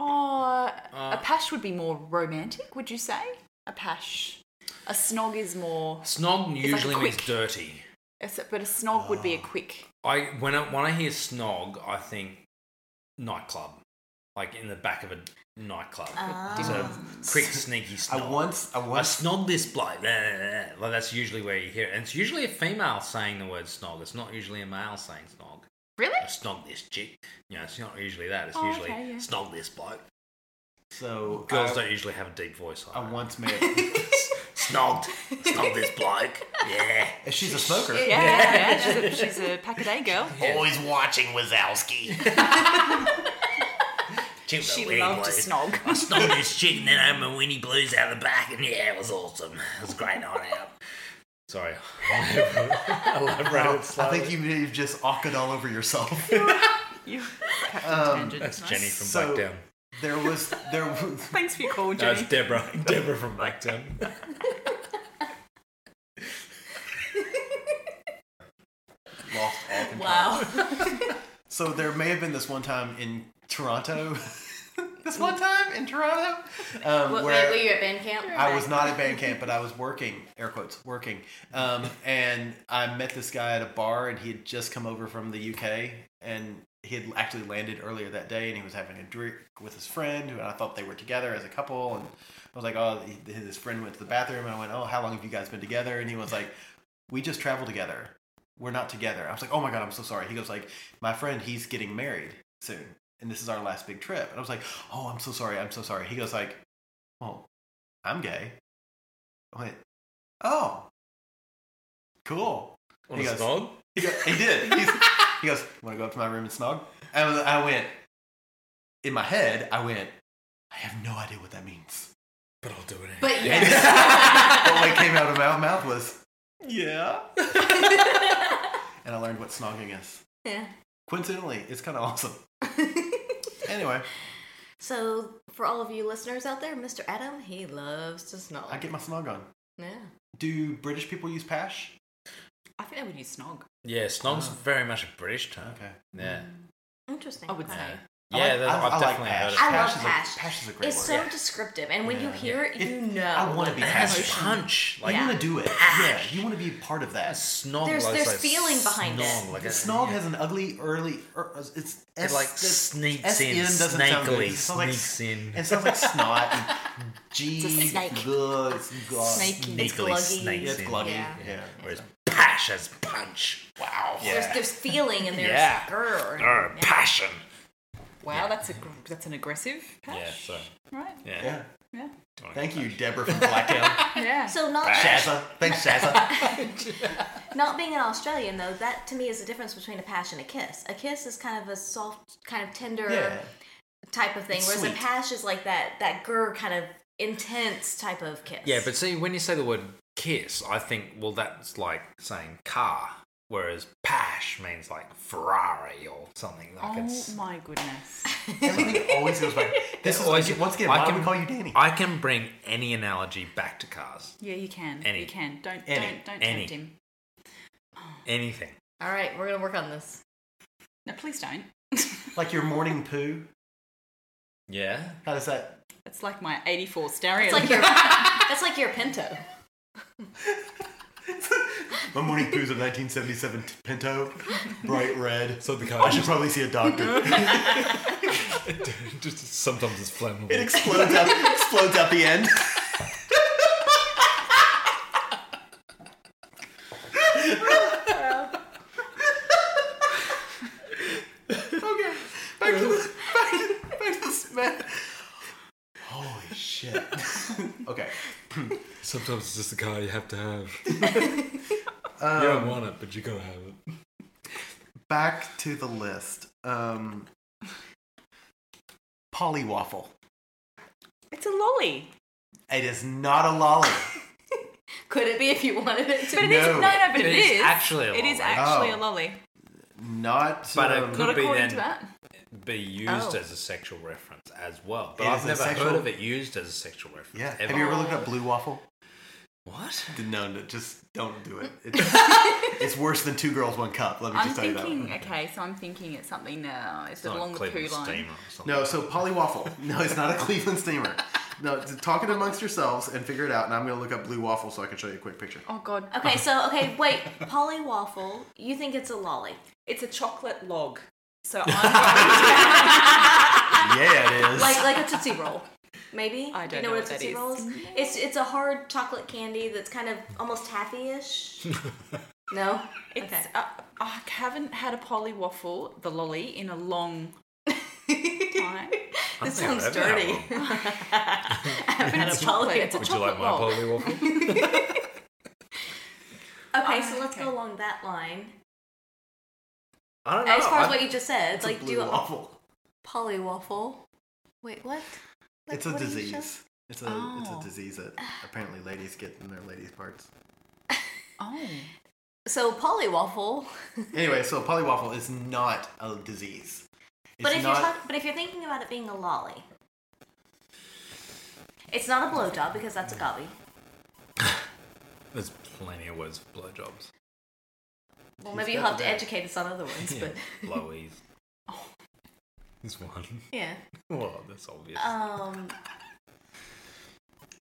Speaker 6: Oh,
Speaker 5: Uh,
Speaker 6: a pash would be more romantic, would you say? A pash. A snog is more.
Speaker 5: Snog
Speaker 6: It's like
Speaker 5: usually means
Speaker 6: quick.
Speaker 5: dirty.
Speaker 6: it's- But a snog would
Speaker 5: Oh.
Speaker 6: be a quick.
Speaker 5: I when I when I hear snog, I think nightclub, like in the back of a nightclub.
Speaker 6: Ah.
Speaker 2: Um,
Speaker 5: So quick sneaky
Speaker 1: I
Speaker 5: snog.
Speaker 1: once I
Speaker 5: I
Speaker 1: once
Speaker 5: snogged this bloke. Blah, blah, blah. Like that's usually where you hear it. And it's usually a female saying the word snog. It's not usually a male saying snog.
Speaker 6: Really?
Speaker 5: I snogged this chick. You know, it's not usually that. It's
Speaker 6: Oh,
Speaker 5: usually
Speaker 6: okay, yeah.
Speaker 5: snog this bloke.
Speaker 1: so
Speaker 5: Girls
Speaker 1: I,
Speaker 5: don't usually have a deep voice like
Speaker 1: I
Speaker 5: that.
Speaker 1: once
Speaker 2: <laughs>
Speaker 1: met. <laughs>
Speaker 5: Snogged. Snogged this bloke. Yeah.
Speaker 1: She's a smoker.
Speaker 6: Yeah, yeah, She's, a, she's a pack a day girl.
Speaker 1: Always watching
Speaker 2: <laughs>
Speaker 1: Wazowski.
Speaker 5: She,
Speaker 6: She loved to snog.
Speaker 5: I snogged this chick and then I had my Winnie Blues out the back and yeah, it was awesome. It was a great night out. Sorry. <laughs> I elaborated
Speaker 1: I
Speaker 5: slightly.
Speaker 1: think you, you've just awked all over <laughs> yourself.
Speaker 6: You
Speaker 5: That's Jenny from
Speaker 1: So-
Speaker 5: Blackdown.
Speaker 1: There was there was
Speaker 6: Thanks for your call,
Speaker 5: No, it's
Speaker 6: Jenny.
Speaker 5: Deborah. <laughs> Deborah from Blacktown.
Speaker 1: <laughs> lost all control.
Speaker 2: Wow.
Speaker 1: So there may have been this one time in Toronto. <laughs> this one time in Toronto, um,
Speaker 2: What,
Speaker 1: where
Speaker 2: were you at band camp?
Speaker 1: I was not at band camp, but I was working, air quotes, working. Um, and I met this guy at a bar, and he had just come over from the UK, and he had actually landed earlier that day, and he was having a drink with his friend, who I thought they were together as a couple. And I was like, oh, he- his friend went to the bathroom. I went, oh, how long have you guys been together? And he was like, we just travel together. We're not together. I was like, oh my god, I'm so sorry. He goes like, my friend, he's getting married soon, and this is our last big trip. And I was like, oh, I'm so sorry. I'm so sorry. He goes like, well, I'm gay. I went, oh, cool.
Speaker 5: On
Speaker 1: He
Speaker 5: a
Speaker 1: goes-
Speaker 5: snog?
Speaker 1: He, go- he did. He's, he goes, want to go up to my room and snog? And I was- I went, in my head, I went, I have no idea what that means.
Speaker 5: But I'll do it.
Speaker 2: But
Speaker 1: And
Speaker 2: yes.
Speaker 1: what like, came out of my mouth was, yeah. and I learned what snogging is. <laughs>
Speaker 2: Yeah.
Speaker 1: Coincidentally, it's kind of awesome. Anyway,
Speaker 2: so for all of you listeners out there, Mr. Adam, he loves to snog.
Speaker 1: I get my snog on.
Speaker 2: yeah.
Speaker 1: Do British people use pash?
Speaker 6: I think I would use snog.
Speaker 5: <laughs> Yeah, snog's very much a British term.
Speaker 1: Oh. Okay.
Speaker 5: Yeah.
Speaker 2: Mm. Interesting.
Speaker 6: I would
Speaker 2: Okay.
Speaker 6: say.
Speaker 1: I
Speaker 5: Yeah,
Speaker 1: like-
Speaker 5: that-
Speaker 1: I- I
Speaker 5: I've
Speaker 1: like
Speaker 5: definitely heard
Speaker 1: Ash.
Speaker 2: I
Speaker 5: it.
Speaker 1: Pash
Speaker 2: love
Speaker 1: is a-
Speaker 2: pash.
Speaker 1: pash is a great
Speaker 2: It's
Speaker 1: word.
Speaker 2: so
Speaker 1: Yeah.
Speaker 2: descriptive, and when you
Speaker 1: Yeah.
Speaker 2: hear it,
Speaker 1: It-
Speaker 2: you know.
Speaker 1: I want to be
Speaker 5: It has
Speaker 1: passionate.
Speaker 5: punch.
Speaker 1: Like
Speaker 5: Like,
Speaker 1: you
Speaker 2: Yeah.
Speaker 1: want to do it. Yeah, you want to be part of
Speaker 5: a
Speaker 1: that.
Speaker 5: snog
Speaker 2: There's-
Speaker 5: like,
Speaker 2: there's
Speaker 5: like
Speaker 2: feeling behind it.
Speaker 5: snog, Like
Speaker 1: The
Speaker 5: a,
Speaker 1: snog
Speaker 5: yeah.
Speaker 1: has an ugly early. Er, it's
Speaker 5: It like sneaks in, snakily sneaks in.
Speaker 1: It sounds like snot.
Speaker 5: <laughs>
Speaker 1: And G.
Speaker 2: It's a snake.
Speaker 1: Good. God.
Speaker 2: Snakey. It's gluggy.
Speaker 5: sneakily
Speaker 1: Yeah,
Speaker 5: snakes
Speaker 1: it's
Speaker 5: in.
Speaker 1: gluggy.
Speaker 2: Yeah.
Speaker 1: Yeah.
Speaker 5: Whereas pash has punch. Wow.
Speaker 2: There's,
Speaker 5: Yeah.
Speaker 2: there's feeling and there's
Speaker 5: Yeah.
Speaker 2: grr.
Speaker 5: Grr, passion.
Speaker 6: Wow, that's a gr- that's an aggressive pash.
Speaker 5: Yeah, so.
Speaker 6: Right?
Speaker 5: Yeah.
Speaker 1: Yeah.
Speaker 6: Yeah.
Speaker 1: Thank you, Deborah from
Speaker 5: <laughs>
Speaker 1: Blackout.
Speaker 6: Yeah.
Speaker 2: So not
Speaker 1: Shazza. Thanks,
Speaker 2: <laughs>
Speaker 1: Shazza.
Speaker 2: not being an Australian though, that to me is the difference between a pash and a kiss. A kiss is kind of a soft, kind of tender
Speaker 1: Yeah.
Speaker 2: type of thing,
Speaker 1: It's
Speaker 2: whereas a
Speaker 1: sweet.
Speaker 2: pash is like that that grr kind of intense type of kiss.
Speaker 5: Yeah, but see, when you say the word kiss, I think, well, that's like saying car, whereas pash means like Ferrari or something. Like
Speaker 6: Oh
Speaker 5: it's.
Speaker 6: my goodness.
Speaker 1: Everything always goes back.
Speaker 5: <laughs>
Speaker 1: This is
Speaker 5: Always-
Speaker 1: like, once again,
Speaker 5: I
Speaker 1: why do
Speaker 5: can-
Speaker 1: we call you Danny?
Speaker 5: I can bring any analogy back to cars.
Speaker 6: Yeah, you can.
Speaker 5: Any.
Speaker 6: You can. Don't
Speaker 5: Any.
Speaker 6: don't don't
Speaker 5: Any.
Speaker 6: tempt him.
Speaker 5: Anything.
Speaker 2: All right, we're gonna work on this.
Speaker 6: No, please don't. <laughs>
Speaker 1: Like your morning poo.
Speaker 5: Yeah.
Speaker 1: How does that?
Speaker 6: It's like my 84 stereo.
Speaker 7: It's like your that's like your Pinto.
Speaker 1: My morning poo's a 1977 Pinto, bright red.
Speaker 5: So the
Speaker 1: I should probably see a doctor.
Speaker 5: <laughs> Just sometimes it's flammable.
Speaker 1: It explodes out, explodes out the end. okay, back to the back to, back to the Smith. Holy shit. okay.
Speaker 5: Sometimes it's just the car you have
Speaker 2: <laughs>
Speaker 5: to have. you don't want it, but you gotta have it.
Speaker 1: Back to the list. Um, polywaffle.
Speaker 6: <laughs> It's a lolly.
Speaker 1: It is not a lolly.
Speaker 7: Could it be if you wanted it to?
Speaker 6: But it
Speaker 1: No.
Speaker 6: is
Speaker 5: Oh.
Speaker 6: no, no, but
Speaker 5: It
Speaker 6: it
Speaker 5: is
Speaker 6: is.
Speaker 5: actually a
Speaker 6: It is
Speaker 5: lolly.
Speaker 6: actually
Speaker 1: Oh.
Speaker 6: a lolly.
Speaker 1: Not.
Speaker 5: But it
Speaker 1: um,
Speaker 5: could
Speaker 6: Not
Speaker 5: be
Speaker 6: according
Speaker 5: then-
Speaker 6: to that.
Speaker 5: Be used
Speaker 6: Oh.
Speaker 5: as a sexual reference as well. But
Speaker 1: It
Speaker 5: I've
Speaker 1: is a
Speaker 5: never
Speaker 1: sexual-
Speaker 5: heard of it used as a sexual reference.
Speaker 1: yeah.
Speaker 5: Ever.
Speaker 1: Have you ever looked up blue waffle?
Speaker 5: What?
Speaker 1: No, no, just don't <laughs> do it. It's, it's worse than two girls, one cup. Let me
Speaker 6: I'm
Speaker 1: just tell you
Speaker 6: thinking,
Speaker 1: that.
Speaker 6: okay, so I'm thinking it's something now. Is it
Speaker 5: Like
Speaker 6: along the poo
Speaker 5: Cleveland
Speaker 6: line?
Speaker 5: Steamer or something.
Speaker 1: No, so polywaffle. No, it's not a Cleveland steamer. No, t- talk it amongst yourselves and figure it out. And I'm going to look up blue waffle so I can show you a quick picture.
Speaker 6: Oh, God.
Speaker 7: Okay, so
Speaker 5: <laughs>
Speaker 7: okay, wait, Polly waffle. You think it's a lolly?
Speaker 6: It's a chocolate log. So I'm <laughs>
Speaker 1: Yeah, it is.
Speaker 7: like like a tootsie roll, maybe.
Speaker 6: I don't
Speaker 7: Do
Speaker 6: know
Speaker 7: you know what a
Speaker 6: what that
Speaker 7: tootsie
Speaker 6: is.
Speaker 7: roll is. It's it's a hard chocolate candy that's kind of almost taffy-ish. no,
Speaker 6: It's,
Speaker 7: okay.
Speaker 6: uh, I haven't had a Polly waffle, the lolly, in a long <laughs> time.
Speaker 7: This
Speaker 5: think
Speaker 7: sounds
Speaker 5: I've had
Speaker 7: dirty.
Speaker 5: one.
Speaker 6: <laughs>
Speaker 7: I've had a Polly.
Speaker 6: It's a
Speaker 5: Would you
Speaker 6: chocolate
Speaker 5: like my
Speaker 6: log.
Speaker 5: polywaffle?
Speaker 6: <laughs>
Speaker 7: Okay, so let's
Speaker 6: okay.
Speaker 7: go along that line.
Speaker 5: I don't know.
Speaker 7: As far as
Speaker 5: I-
Speaker 7: what you just said,
Speaker 1: it's
Speaker 7: it's like
Speaker 1: a
Speaker 7: do
Speaker 1: blue
Speaker 7: a
Speaker 1: waffle.
Speaker 7: Polly waffle. Wait, what? Like,
Speaker 1: It's a
Speaker 7: what did you just-
Speaker 1: disease. It's a it's
Speaker 6: Oh.
Speaker 1: a disease that apparently ladies get in their ladies'
Speaker 7: <laughs>
Speaker 1: parts.
Speaker 6: Oh.
Speaker 7: So Polly waffle.
Speaker 1: Anyway, so polywaffle is not a disease. It's
Speaker 7: But if
Speaker 1: not,
Speaker 7: you're talk- but if you're thinking about it being a lolly, it's not a blowjob because that's a gobby.
Speaker 5: There's plenty of words for blowjobs.
Speaker 7: Well,
Speaker 1: He's
Speaker 7: maybe you'll
Speaker 1: got
Speaker 7: have to
Speaker 1: that.
Speaker 7: educate us on
Speaker 1: <laughs>
Speaker 7: other ones,
Speaker 5: Yeah,
Speaker 7: but
Speaker 5: blowies.
Speaker 6: <laughs> Oh.
Speaker 5: There's one.
Speaker 7: yeah.
Speaker 5: Well, that's obvious.
Speaker 7: Um,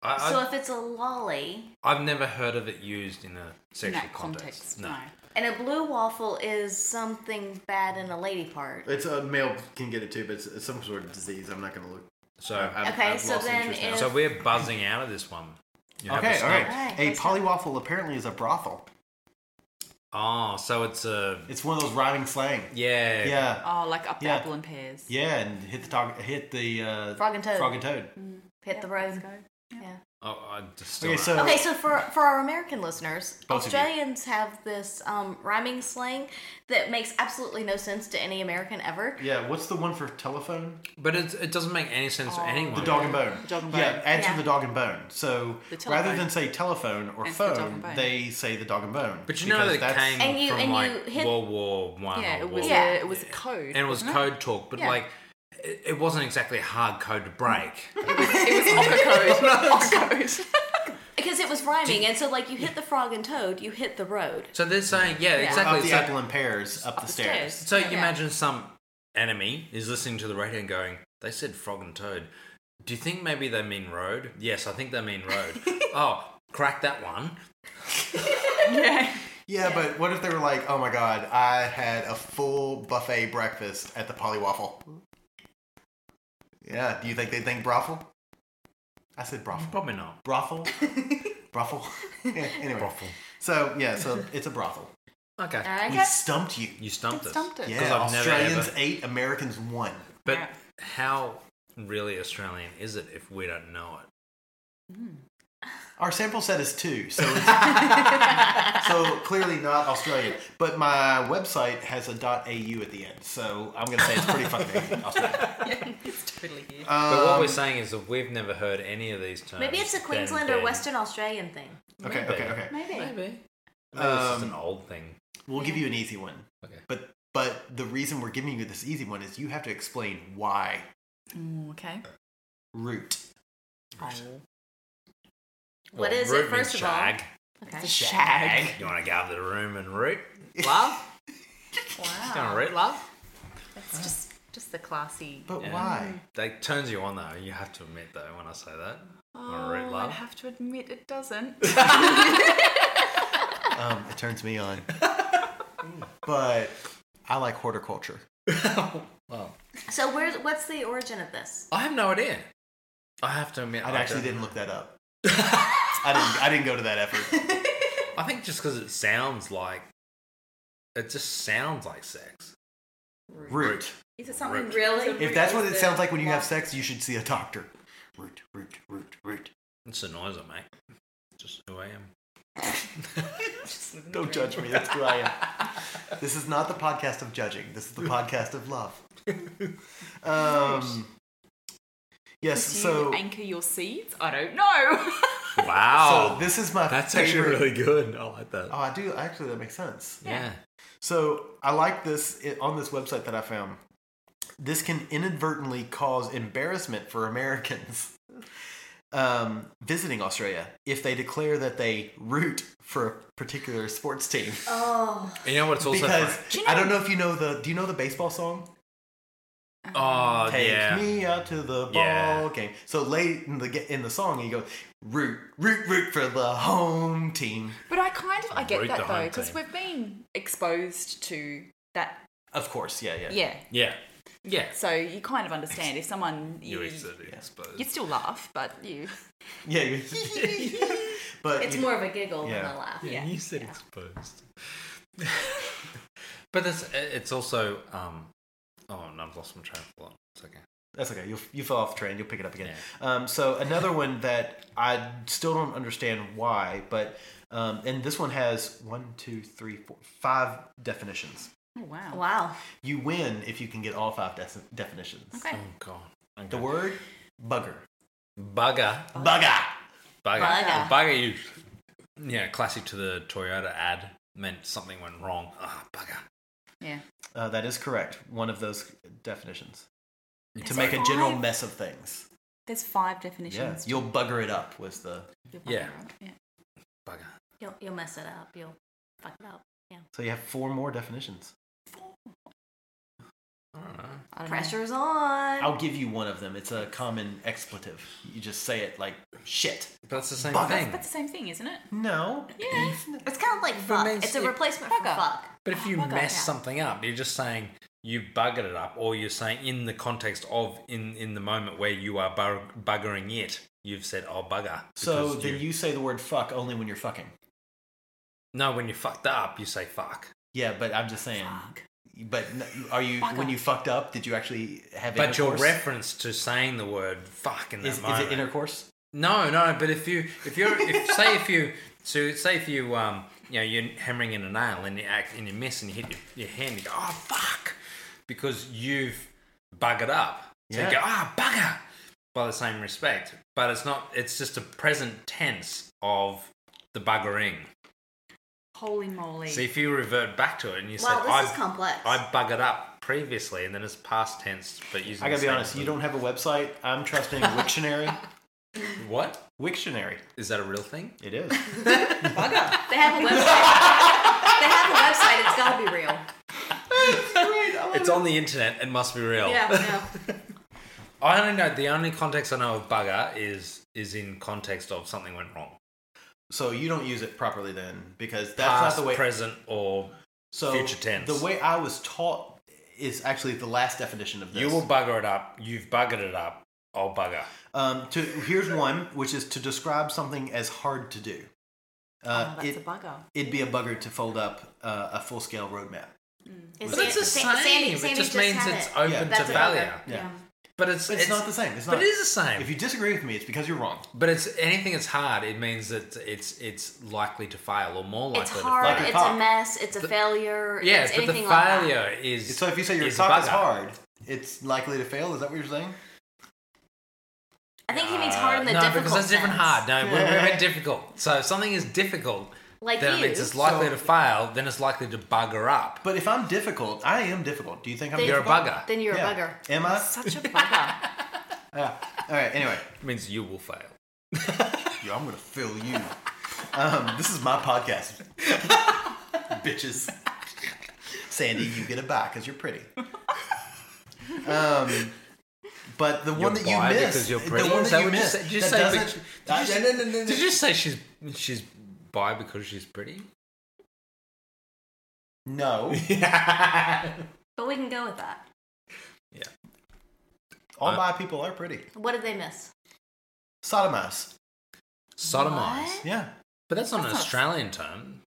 Speaker 5: I, I,
Speaker 7: so if it's a lolly
Speaker 5: I've never heard of it used in a
Speaker 6: In
Speaker 5: sexual
Speaker 6: that
Speaker 5: context.
Speaker 6: context, no.
Speaker 7: and a blue waffle is something bad in a lady part,
Speaker 1: It's a male can get it too, but it's, it's some sort of disease. I'm not going to look.
Speaker 5: So, uh,
Speaker 1: I've,
Speaker 7: Okay,
Speaker 1: I've
Speaker 7: so
Speaker 1: lost
Speaker 7: then
Speaker 1: interest now.
Speaker 7: if-
Speaker 5: so we're buzzing out of this one. You have a
Speaker 1: Okay, all right.
Speaker 5: snake.
Speaker 7: Alright,
Speaker 1: A
Speaker 7: let's go.
Speaker 1: polywaffle apparently is a brothel.
Speaker 5: Oh, so it's a
Speaker 1: It's one of those rhyming slang.
Speaker 5: yeah.
Speaker 1: Yeah,
Speaker 6: Oh, like up the
Speaker 1: Yeah.
Speaker 6: apple and pears.
Speaker 1: yeah, and hit the dog, hit the uh,
Speaker 7: Frog and toad.
Speaker 1: frog and toad.
Speaker 7: hit the road.
Speaker 5: Oh, I just
Speaker 1: Okay,
Speaker 5: don't-
Speaker 1: so
Speaker 7: Okay, so for for our American listeners,
Speaker 1: Both of you.
Speaker 7: Australians have this um, rhyming slang that makes absolutely no sense to any American ever.
Speaker 1: yeah, what's the one for telephone?
Speaker 5: but it, it doesn't make any sense to anyone.
Speaker 1: The dog and bone.
Speaker 6: Dog and
Speaker 1: Yeah,
Speaker 6: bone.
Speaker 1: add to
Speaker 7: Yeah.
Speaker 1: the dog and bone. So rather
Speaker 6: The telephone.
Speaker 1: than say telephone or
Speaker 6: And the dog
Speaker 1: phone,
Speaker 6: and bone.
Speaker 1: they say the dog and bone.
Speaker 5: But you know that
Speaker 1: because
Speaker 5: it
Speaker 1: that's-
Speaker 5: came
Speaker 7: And you-
Speaker 5: from
Speaker 7: and
Speaker 5: like
Speaker 7: you hit-
Speaker 5: World War One.
Speaker 6: Yeah,
Speaker 5: or
Speaker 6: it
Speaker 5: World
Speaker 6: was,
Speaker 5: War-
Speaker 7: Yeah.
Speaker 6: A, it was a code.
Speaker 5: and Oh, it was
Speaker 6: wasn't
Speaker 5: code talk, but
Speaker 6: Yeah.
Speaker 5: like it, it wasn't exactly a hard code to break.
Speaker 6: It, It was <laughs> Ocker code. Ocker code.
Speaker 7: Because it was rhyming, and so like you hit the frog and toad, you hit the road.
Speaker 5: so they're saying, yeah,
Speaker 1: Up
Speaker 5: exactly.
Speaker 1: the
Speaker 5: So,
Speaker 1: apple and pears, up, the stairs.
Speaker 5: so
Speaker 7: Oh,
Speaker 5: you
Speaker 6: Yeah.
Speaker 5: imagine some enemy is listening to the radio and going, "They said frog and toad. Do you think maybe they mean road? Yes, I think they mean
Speaker 7: <laughs>
Speaker 5: road. oh, crack that one.
Speaker 6: Yeah.
Speaker 1: Yeah, but what if they were like, oh my god, I had a full buffet breakfast at the Polywaffle? Yeah, do you think they think brothel? I said brothel.
Speaker 5: Probably not.
Speaker 1: brothel?
Speaker 6: <laughs>
Speaker 1: brothel? <laughs> Yeah, anyway.
Speaker 5: Brothel.
Speaker 1: So, yeah, so it's a brothel.
Speaker 5: Okay.
Speaker 7: Alright,
Speaker 1: We
Speaker 7: guys?
Speaker 1: stumped
Speaker 5: <laughs>
Speaker 1: you.
Speaker 5: You stumped us.
Speaker 6: Stumped it.
Speaker 1: Yeah,
Speaker 5: I've never
Speaker 1: Australians
Speaker 5: ever-
Speaker 1: eight, Americans one.
Speaker 5: But
Speaker 6: Yeah.
Speaker 5: how really Australian is it if we don't know it?
Speaker 1: Our sample set is two, so it's,
Speaker 5: <laughs>
Speaker 1: so clearly not Australian. But my website has a .au at the end, so I'm gonna say it's pretty
Speaker 5: <laughs>
Speaker 1: fucking Australian.
Speaker 6: It's totally here.
Speaker 5: But what we're
Speaker 1: Um,
Speaker 5: saying is that we've never heard any of these terms.
Speaker 7: Maybe it's a
Speaker 5: then-
Speaker 7: Queensland or
Speaker 5: then-
Speaker 7: Western Australian thing.
Speaker 1: okay,
Speaker 5: Maybe.
Speaker 1: okay, okay.
Speaker 6: Maybe.
Speaker 5: Maybe. Maybe it's just an
Speaker 1: Um,
Speaker 5: old thing.
Speaker 1: We'll give you an easy one.
Speaker 5: Okay.
Speaker 1: But but the reason we're giving you this easy one is you have to explain why
Speaker 6: Mm, okay.
Speaker 1: root.
Speaker 7: What is
Speaker 5: root
Speaker 7: it,
Speaker 5: means
Speaker 7: first of all?
Speaker 5: shag.
Speaker 7: Okay.
Speaker 6: Shag.
Speaker 1: <laughs>
Speaker 5: You want to go up to the room and root? Love? You
Speaker 6: Wow.
Speaker 5: want to root, love?
Speaker 6: It's just just the classy.
Speaker 5: Yeah. That turns you on, though. You have to admit, though, when I say that. All right,
Speaker 6: Oh, I
Speaker 5: love.
Speaker 6: have to admit it doesn't.
Speaker 1: Um, it turns me on. but I like horticulture.
Speaker 5: well,
Speaker 7: So where's what's the origin of this?
Speaker 5: <laughs> I have no idea. I have to admit,
Speaker 1: I
Speaker 5: I
Speaker 1: actually didn't
Speaker 5: don't-
Speaker 1: look that <laughs> up. I didn't. I didn't go to that effort.
Speaker 5: I think just because it sounds like it just sounds like sex.
Speaker 1: Root.
Speaker 6: Is it something
Speaker 5: Root.
Speaker 6: really?
Speaker 1: If that's what it sounds like when you have sex, you should see a doctor. Root, root, root, root.
Speaker 5: It's a noise, mate. Just who I am.
Speaker 1: <laughs> Don't judge me. That's who I am. This is not the podcast of judging. This is the podcast of love. Um, yes.
Speaker 6: Do you
Speaker 1: So,
Speaker 6: anchor your seeds? I don't know.
Speaker 1: so this is my
Speaker 5: Oh, That's
Speaker 1: favorite.
Speaker 5: actually really good. I like that.
Speaker 1: Oh, I do. Actually, that makes sense.
Speaker 5: yeah.
Speaker 1: So I like this it, on this website that I found. This can inadvertently cause embarrassment for Americans um, visiting Australia if they declare that they root for a particular sports team.
Speaker 7: Oh,
Speaker 5: And you know what? It's also
Speaker 1: because
Speaker 5: fun.
Speaker 6: Do you
Speaker 1: I
Speaker 6: know-
Speaker 1: don't know if you know the. Do you know the baseball song?
Speaker 5: Oh
Speaker 1: Take
Speaker 5: yeah.
Speaker 1: me out to the ball
Speaker 5: Yeah.
Speaker 1: game. So late in the ge- in the song, he goes root root root for the home team.
Speaker 6: But I kind of I get
Speaker 5: Root the
Speaker 6: that though
Speaker 5: home
Speaker 6: because
Speaker 5: team.
Speaker 6: we've been exposed to that.
Speaker 1: Of course, yeah, yeah.
Speaker 6: Yeah.
Speaker 5: Yeah. Yeah.
Speaker 6: So you kind of understand if someone
Speaker 5: You
Speaker 6: you,
Speaker 5: exited, I suppose.
Speaker 6: you still laugh, but you
Speaker 1: Yeah, <laughs> you- but
Speaker 7: it's
Speaker 1: you-
Speaker 7: more of a giggle
Speaker 1: Yeah.
Speaker 7: than a
Speaker 5: <laughs>
Speaker 7: laugh.
Speaker 6: Yeah,
Speaker 5: you said exposed. but that's uh, it's also um oh no, I've lost my train of thought. It's okay.
Speaker 1: That's okay. You'll you fell off the train. You'll pick it up again. Um, so another one that I still don't understand why, but um, and this one has one, two, three, four, five definitions.
Speaker 6: oh wow.
Speaker 7: Wow.
Speaker 1: You win if you can get all five des- definitions.
Speaker 6: Okay.
Speaker 5: Oh god. Okay.
Speaker 1: The word bugger.
Speaker 5: bugger.
Speaker 1: Bugger.
Speaker 5: Bugger.
Speaker 7: Bugger.
Speaker 5: Bugger. you. Yeah, classic to the Toyota ad meant something went wrong. Ah, bugger.
Speaker 6: Yeah.
Speaker 1: Uh, that is correct. One of those definitions. to
Speaker 6: There's
Speaker 1: make a general
Speaker 6: five-
Speaker 1: mess of things.
Speaker 6: There's five
Speaker 1: Yeah.
Speaker 6: definitions.
Speaker 1: You'll bugger it up was the.
Speaker 6: You're
Speaker 5: Yeah.
Speaker 6: right, yeah.
Speaker 5: Bugger.
Speaker 7: You'll you'll mess it up. You'll fuck it up.
Speaker 1: So you have four more definitions.
Speaker 5: I don't know.
Speaker 6: I don't know.
Speaker 7: Pressure's on.
Speaker 1: I'll give you one of them. It's a common expletive. You just say it like shit.
Speaker 5: But that's the same
Speaker 1: Bugger.
Speaker 5: thing.
Speaker 6: That's the same thing, isn't it?
Speaker 1: No.
Speaker 6: Yeah.
Speaker 7: It's kind of like fuck.
Speaker 5: means
Speaker 7: It's a
Speaker 5: it-
Speaker 7: replacement for
Speaker 6: Fuck up.
Speaker 7: fuck.
Speaker 5: But if
Speaker 6: Oh,
Speaker 5: you
Speaker 6: bugger,
Speaker 5: mess
Speaker 6: yeah.
Speaker 5: something up, you're just saying you buggered it up, or you're saying in the context of in in the moment where you are bug- buggering it, you've said "oh bugger."
Speaker 1: So
Speaker 5: because
Speaker 1: then you... say the word fuck only when you're fucking.
Speaker 5: no, when you fucked up, you say "fuck."
Speaker 1: Yeah, but I'm just saying. But n- are you when you fucked up? Did you actually have?
Speaker 5: But your
Speaker 1: intercourse?
Speaker 5: reference to saying the word "fuck" in that
Speaker 1: is, is
Speaker 5: moment.
Speaker 1: it intercourse?
Speaker 5: no, no. But if you if you're if <laughs> say if you so say if you um you know you're hammering in a nail and you act and you miss and you hit your, your hand, you go "oh fuck," because you've buggered up. So
Speaker 1: Yeah.
Speaker 5: you go, ah, bugger, by the same respect. But it's not, it's just a present tense of the buggering.
Speaker 6: Holy moly.
Speaker 5: So if you revert back to it and you
Speaker 7: Wow,
Speaker 5: say,
Speaker 7: this
Speaker 5: I,
Speaker 7: is complex.
Speaker 5: I buggered up previously, and then it's past tense, but using
Speaker 1: I gotta be
Speaker 5: the same
Speaker 1: honest. You
Speaker 5: little-
Speaker 1: don't have a website. I'm trusting Wiktionary.
Speaker 5: What?
Speaker 1: <laughs> Wiktionary.
Speaker 5: Is that a real thing?
Speaker 1: It is.
Speaker 7: They
Speaker 5: <laughs>
Speaker 7: have a website. they have a website. It's got to be real.
Speaker 1: Oh,
Speaker 5: It's on the internet, it must be real.
Speaker 7: Yeah.
Speaker 5: <laughs> I only know, the only context I know of bugger is is in context of something went wrong.
Speaker 1: So you don't use it properly then, because that's
Speaker 5: past,
Speaker 1: not the way.
Speaker 5: present, or
Speaker 1: so
Speaker 5: future tense.
Speaker 1: The way I was taught is actually the last definition of this.
Speaker 5: you will bugger it up, you've buggered it up, I'll bugger.
Speaker 1: Um, to, here's one, which is to describe something as hard to do. Uh,
Speaker 6: oh,
Speaker 1: it,
Speaker 6: that's a bugger.
Speaker 1: it'd be a bugger to fold up uh, a full scale roadmap.
Speaker 7: It's
Speaker 5: But it's the same. it just means it's open
Speaker 1: Yeah.
Speaker 5: to
Speaker 7: That's a
Speaker 5: failure.
Speaker 1: Yeah.
Speaker 5: But it's,
Speaker 1: But it's, not the same. It's not.
Speaker 5: But it is the same.
Speaker 1: If you disagree with me, it's because you're wrong.
Speaker 5: but it's anything that's hard. It means that it's it's likely to fail or more likely
Speaker 7: It's
Speaker 5: to
Speaker 7: hard.
Speaker 1: Like a
Speaker 5: fail.
Speaker 7: it's
Speaker 1: cock.
Speaker 7: a mess. It's a failure.
Speaker 5: Yes,
Speaker 7: it's
Speaker 5: but the
Speaker 7: anything like that.
Speaker 5: failure is
Speaker 1: So if you say your
Speaker 5: is
Speaker 1: cock is
Speaker 5: bugger.
Speaker 1: hard, it's likely to fail. Is that what you're saying?
Speaker 7: I think he means hard in the
Speaker 5: no,
Speaker 7: difficult
Speaker 5: because that's different
Speaker 7: sense.
Speaker 5: hard. No, we we meant difficult. So if something is difficult,
Speaker 7: Like
Speaker 5: then it means
Speaker 7: you.
Speaker 5: it's likely
Speaker 1: So-
Speaker 5: to fail. Then it's likely to bugger up.
Speaker 1: But if I'm difficult, I am difficult. Do you think I'm?
Speaker 7: Then-
Speaker 5: You're a
Speaker 1: difficult?
Speaker 5: bugger.
Speaker 7: Then you're
Speaker 1: Yeah.
Speaker 7: a bugger.
Speaker 1: <laughs> Am I?
Speaker 6: Such a bugger.
Speaker 1: Yeah. All right. Anyway,
Speaker 5: It means you will fail.
Speaker 1: Yo, I'm gonna fill you. Um, this is my
Speaker 5: <laughs>
Speaker 1: podcast, bitches. Sandy, you get a bye because you're pretty. Um, but the one that you
Speaker 5: bi
Speaker 1: missed,
Speaker 5: you're
Speaker 1: the
Speaker 5: British?
Speaker 1: one
Speaker 5: Is
Speaker 1: that you
Speaker 5: what
Speaker 1: missed,
Speaker 5: said? Did you
Speaker 1: that
Speaker 5: say
Speaker 1: doesn't-
Speaker 5: bec- did, you
Speaker 1: that-
Speaker 5: say,
Speaker 1: no, no, no, no,
Speaker 5: did you say she's she's bi because she's pretty?
Speaker 1: No.
Speaker 5: <laughs>
Speaker 7: But we can go with that.
Speaker 1: All
Speaker 5: Uh,
Speaker 1: bi people are pretty.
Speaker 7: What did they miss?
Speaker 1: Sodomize.
Speaker 5: Sodomized.
Speaker 1: Yeah.
Speaker 5: But that's not
Speaker 1: That's
Speaker 5: an
Speaker 1: not-
Speaker 5: Australian term.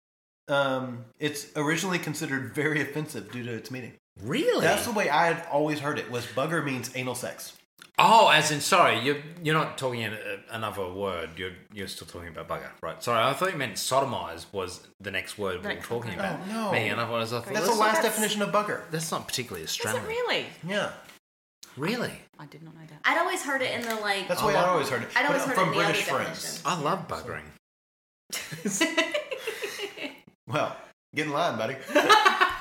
Speaker 1: Um, it's originally considered very offensive due to its meaning.
Speaker 5: Really?
Speaker 1: That's the way I had always heard it. Was bugger means anal sex.
Speaker 5: Oh, as in sorry, you're you're not talking in a, another word. You're you're still talking about bugger, right? Sorry, I thought you meant sodomize was the next word we were
Speaker 1: next
Speaker 5: talking
Speaker 1: word.
Speaker 5: about.
Speaker 1: Oh, no.
Speaker 5: Maybe another one is I thought
Speaker 1: That's
Speaker 5: that's
Speaker 1: the last
Speaker 5: not-
Speaker 1: definition of bugger.
Speaker 5: That's not particularly
Speaker 4: Is
Speaker 5: Australian.
Speaker 4: it really?
Speaker 1: Yeah.
Speaker 5: Really?
Speaker 4: I did not know that.
Speaker 7: I'd always heard it in the like.
Speaker 1: That's the way I always heard it.
Speaker 7: I'd always
Speaker 1: But
Speaker 7: heard
Speaker 1: from
Speaker 7: it in the
Speaker 1: British
Speaker 7: other
Speaker 1: friends.
Speaker 7: definition.
Speaker 5: I love buggering.
Speaker 1: Well, get in line,
Speaker 7: <laughs>
Speaker 1: buddy. I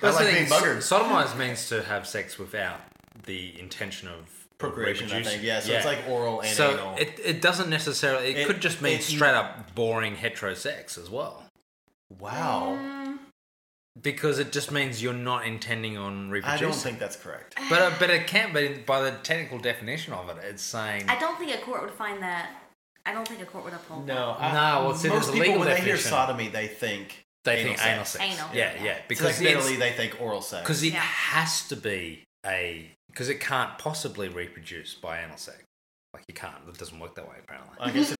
Speaker 5: That's the
Speaker 1: like
Speaker 5: thing,
Speaker 1: being buggered.
Speaker 5: so- Sodomize means to have sex without the intention of
Speaker 1: Procreation, I think.
Speaker 5: reproducing.
Speaker 1: Yeah, so it's like oral and
Speaker 5: so
Speaker 1: anal.
Speaker 5: It, it doesn't necessarily. It,
Speaker 1: It-
Speaker 5: could just mean
Speaker 1: it-
Speaker 5: straight up boring heterosex as well,
Speaker 1: Wow.
Speaker 7: Mm.
Speaker 5: because it just means you're not intending on
Speaker 1: I
Speaker 5: reproducing.
Speaker 1: don't think that's correct.
Speaker 5: but uh, but it can't be by the technical definition of it. It's saying
Speaker 7: I don't think a court would find that. I don't think a court would uphold that.
Speaker 1: No. I,
Speaker 5: No, well, see, there's
Speaker 1: most
Speaker 5: a
Speaker 1: people
Speaker 5: legal
Speaker 1: when they hear
Speaker 5: definition.
Speaker 1: sodomy, they think
Speaker 5: they think anal sex.
Speaker 7: Anal,
Speaker 5: Yeah,
Speaker 7: yeah.
Speaker 5: yeah. Because
Speaker 1: Technically, they think oral sex.
Speaker 5: because it has to be a because it can't possibly reproduce by anal sex. Like you can't. It doesn't work that way apparently.
Speaker 1: I guess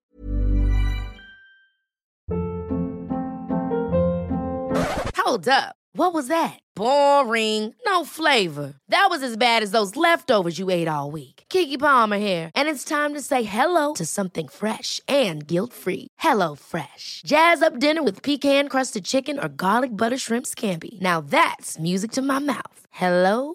Speaker 3: Hold up. What was that? Boring. No flavor. That was as bad as those leftovers you ate all week. Kiki Palmer here, and it's time to say hello to something fresh and guilt-free. Hello Fresh. Jazz up dinner with pecan-crusted chicken or garlic butter shrimp scampi. Now that's music to my mouth. Hello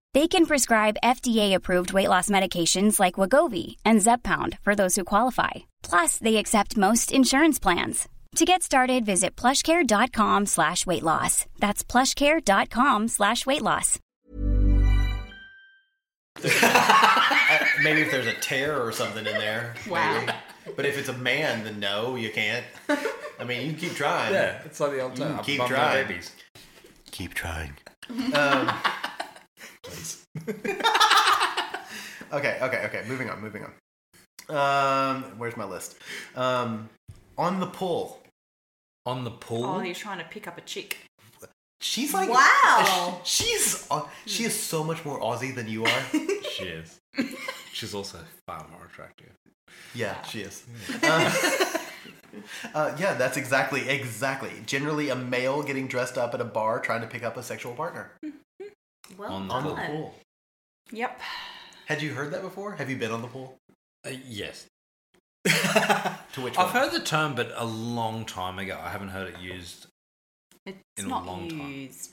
Speaker 8: They can prescribe FDA-approved weight loss medications like Wagovi and Zepbound for those who qualify. Plus, they accept most insurance plans. To get started, visit plushcare.com slash weight loss. That's plushcare.com slash weight loss.
Speaker 1: I- maybe if there's a tear or something in there.
Speaker 6: Wow.
Speaker 1: maybe. But if it's a man, then no, you can't. I mean, you can keep trying.
Speaker 5: Yeah, it's like the old
Speaker 1: You can
Speaker 5: term,
Speaker 1: keep
Speaker 5: bum no
Speaker 1: trying.
Speaker 5: babies.
Speaker 1: Keep trying. Um, please. okay, okay, okay. Moving on, moving on. Um, where's my list? Um, on the pull.
Speaker 5: On the pull.
Speaker 6: Oh, you're trying to pick up a chick.
Speaker 1: She's like
Speaker 6: Wow.
Speaker 1: She, <laughs> she's au- she is so much more Aussie than you are.
Speaker 5: She
Speaker 7: <laughs>
Speaker 5: is. She's also far more attractive.
Speaker 1: Yeah, she is. Uh, <laughs> uh, yeah, that's exactly exactly. Generally, a male getting dressed up at a bar trying to pick up a sexual partner
Speaker 7: Well
Speaker 5: On the
Speaker 1: on the
Speaker 7: done.
Speaker 1: pool.
Speaker 6: Yep.
Speaker 1: Had you heard that before? Have you been on the pool?
Speaker 5: Uh, yes.
Speaker 1: To which one?
Speaker 5: I've heard the term, but a long time ago. I haven't heard it used.
Speaker 6: It's
Speaker 5: In a
Speaker 6: not
Speaker 5: long time.
Speaker 6: used.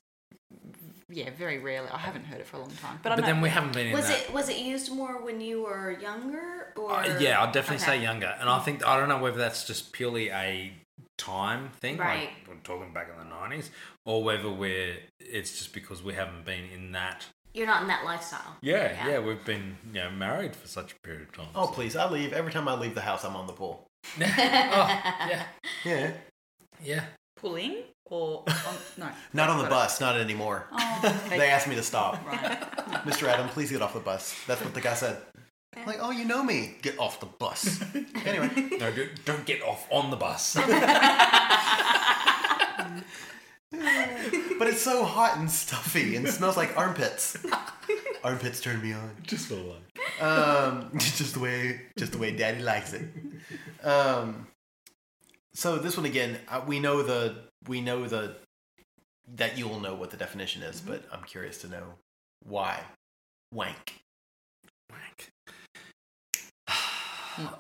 Speaker 6: Yeah, very rarely. I haven't heard it for a long time. But,
Speaker 5: But,
Speaker 6: I know.
Speaker 5: then we haven't been in
Speaker 7: Was
Speaker 5: that.
Speaker 7: it was it used more when you were younger or?
Speaker 5: Uh, yeah, I'd definitely
Speaker 7: Okay.
Speaker 5: say younger. And I think, I don't know whether that's just purely a time thing,
Speaker 7: Right.
Speaker 5: like we're talking back in the 90s, or whether we're, it's just because we haven't been in that.
Speaker 7: You're not in that lifestyle.
Speaker 5: Yeah, yeah, we've been you know, married for such a period of time.
Speaker 1: Oh please! I leave every time I leave the house. I'm on the pool.
Speaker 7: <laughs>
Speaker 5: yeah.
Speaker 1: Oh, Yeah.
Speaker 5: Yeah.
Speaker 6: pulling or
Speaker 5: <laughs>
Speaker 6: on, no.
Speaker 1: Not on the bus. Not anymore. <laughs>
Speaker 6: Oh,
Speaker 1: they asked me to stop. <laughs> Mr. Adam, please get off the bus. That's what the guy said. I'm like, oh, you know me. Get off the bus. anyway.
Speaker 5: <laughs> No, don't, don't get off on the bus.
Speaker 7: <laughs>
Speaker 5: <laughs>
Speaker 1: But it's so hot and stuffy and smells like armpits. <laughs> armpits turn me on. <laughs>
Speaker 5: just for one.
Speaker 1: Um, just the way, just the way Daddy likes it. Um, so this one again, uh, we know the, we know the, that you'll know what the definition is, but I'm curious to know why. Wank.
Speaker 5: Wank.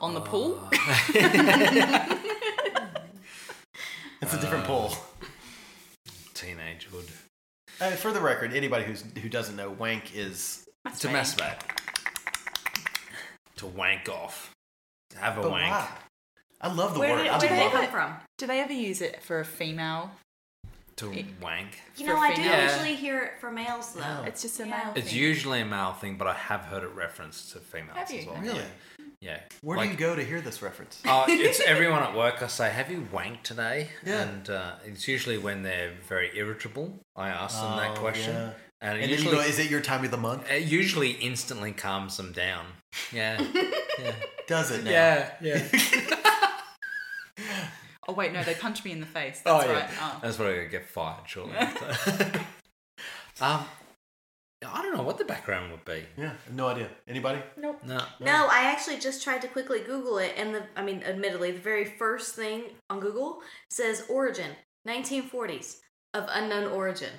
Speaker 6: on the pool.
Speaker 5: Ah.
Speaker 1: It's a different
Speaker 5: Uh.
Speaker 1: poll.
Speaker 5: Teenagehood.
Speaker 1: Uh, for the record, anybody who's who doesn't know, wank is
Speaker 5: To masturbate. To wank off. To have a
Speaker 1: But
Speaker 5: wank.
Speaker 1: why? I love the
Speaker 6: Where
Speaker 1: word.
Speaker 6: did-
Speaker 1: I
Speaker 6: do they
Speaker 1: love
Speaker 6: ever,
Speaker 1: it.
Speaker 6: from? Do they ever use it for a female?
Speaker 5: to wank.
Speaker 7: You
Speaker 6: For
Speaker 7: know, I do
Speaker 5: female. Yeah.
Speaker 7: usually hear it for males though.
Speaker 6: It's just a male.
Speaker 5: It's usually a male thing, but I have heard it referenced to females
Speaker 6: Have you?
Speaker 5: as well.
Speaker 6: Really?
Speaker 5: Yeah.
Speaker 1: Where
Speaker 5: Like,
Speaker 1: do you go to hear this
Speaker 6: <laughs>
Speaker 1: reference?
Speaker 5: uh, it's everyone at work. I say, "Have you wanked today?"
Speaker 1: Yeah.
Speaker 5: And uh, it's usually when they're very irritable. I ask them that
Speaker 1: Oh,
Speaker 5: question,
Speaker 1: yeah.
Speaker 5: and,
Speaker 1: And,
Speaker 5: it
Speaker 1: then
Speaker 5: usually
Speaker 1: you go, is it your time of the <laughs> month?
Speaker 5: it usually instantly calms them down. Yeah.
Speaker 1: Does it now?
Speaker 5: Yeah.
Speaker 1: <laughs>
Speaker 5: Yeah.
Speaker 6: Oh wait, no, they punch me in the face. That's
Speaker 5: oh,
Speaker 6: right.
Speaker 5: Yeah.
Speaker 6: Oh.
Speaker 5: That's what I get fired shortly after. <laughs> um, I don't know what the background would be.
Speaker 1: Yeah, no idea. Anybody?
Speaker 7: Nope.
Speaker 5: No.
Speaker 7: No, I actually just tried to quickly Google it, and the I mean, admittedly, the very first thing on Google says origin 1940s of unknown origin.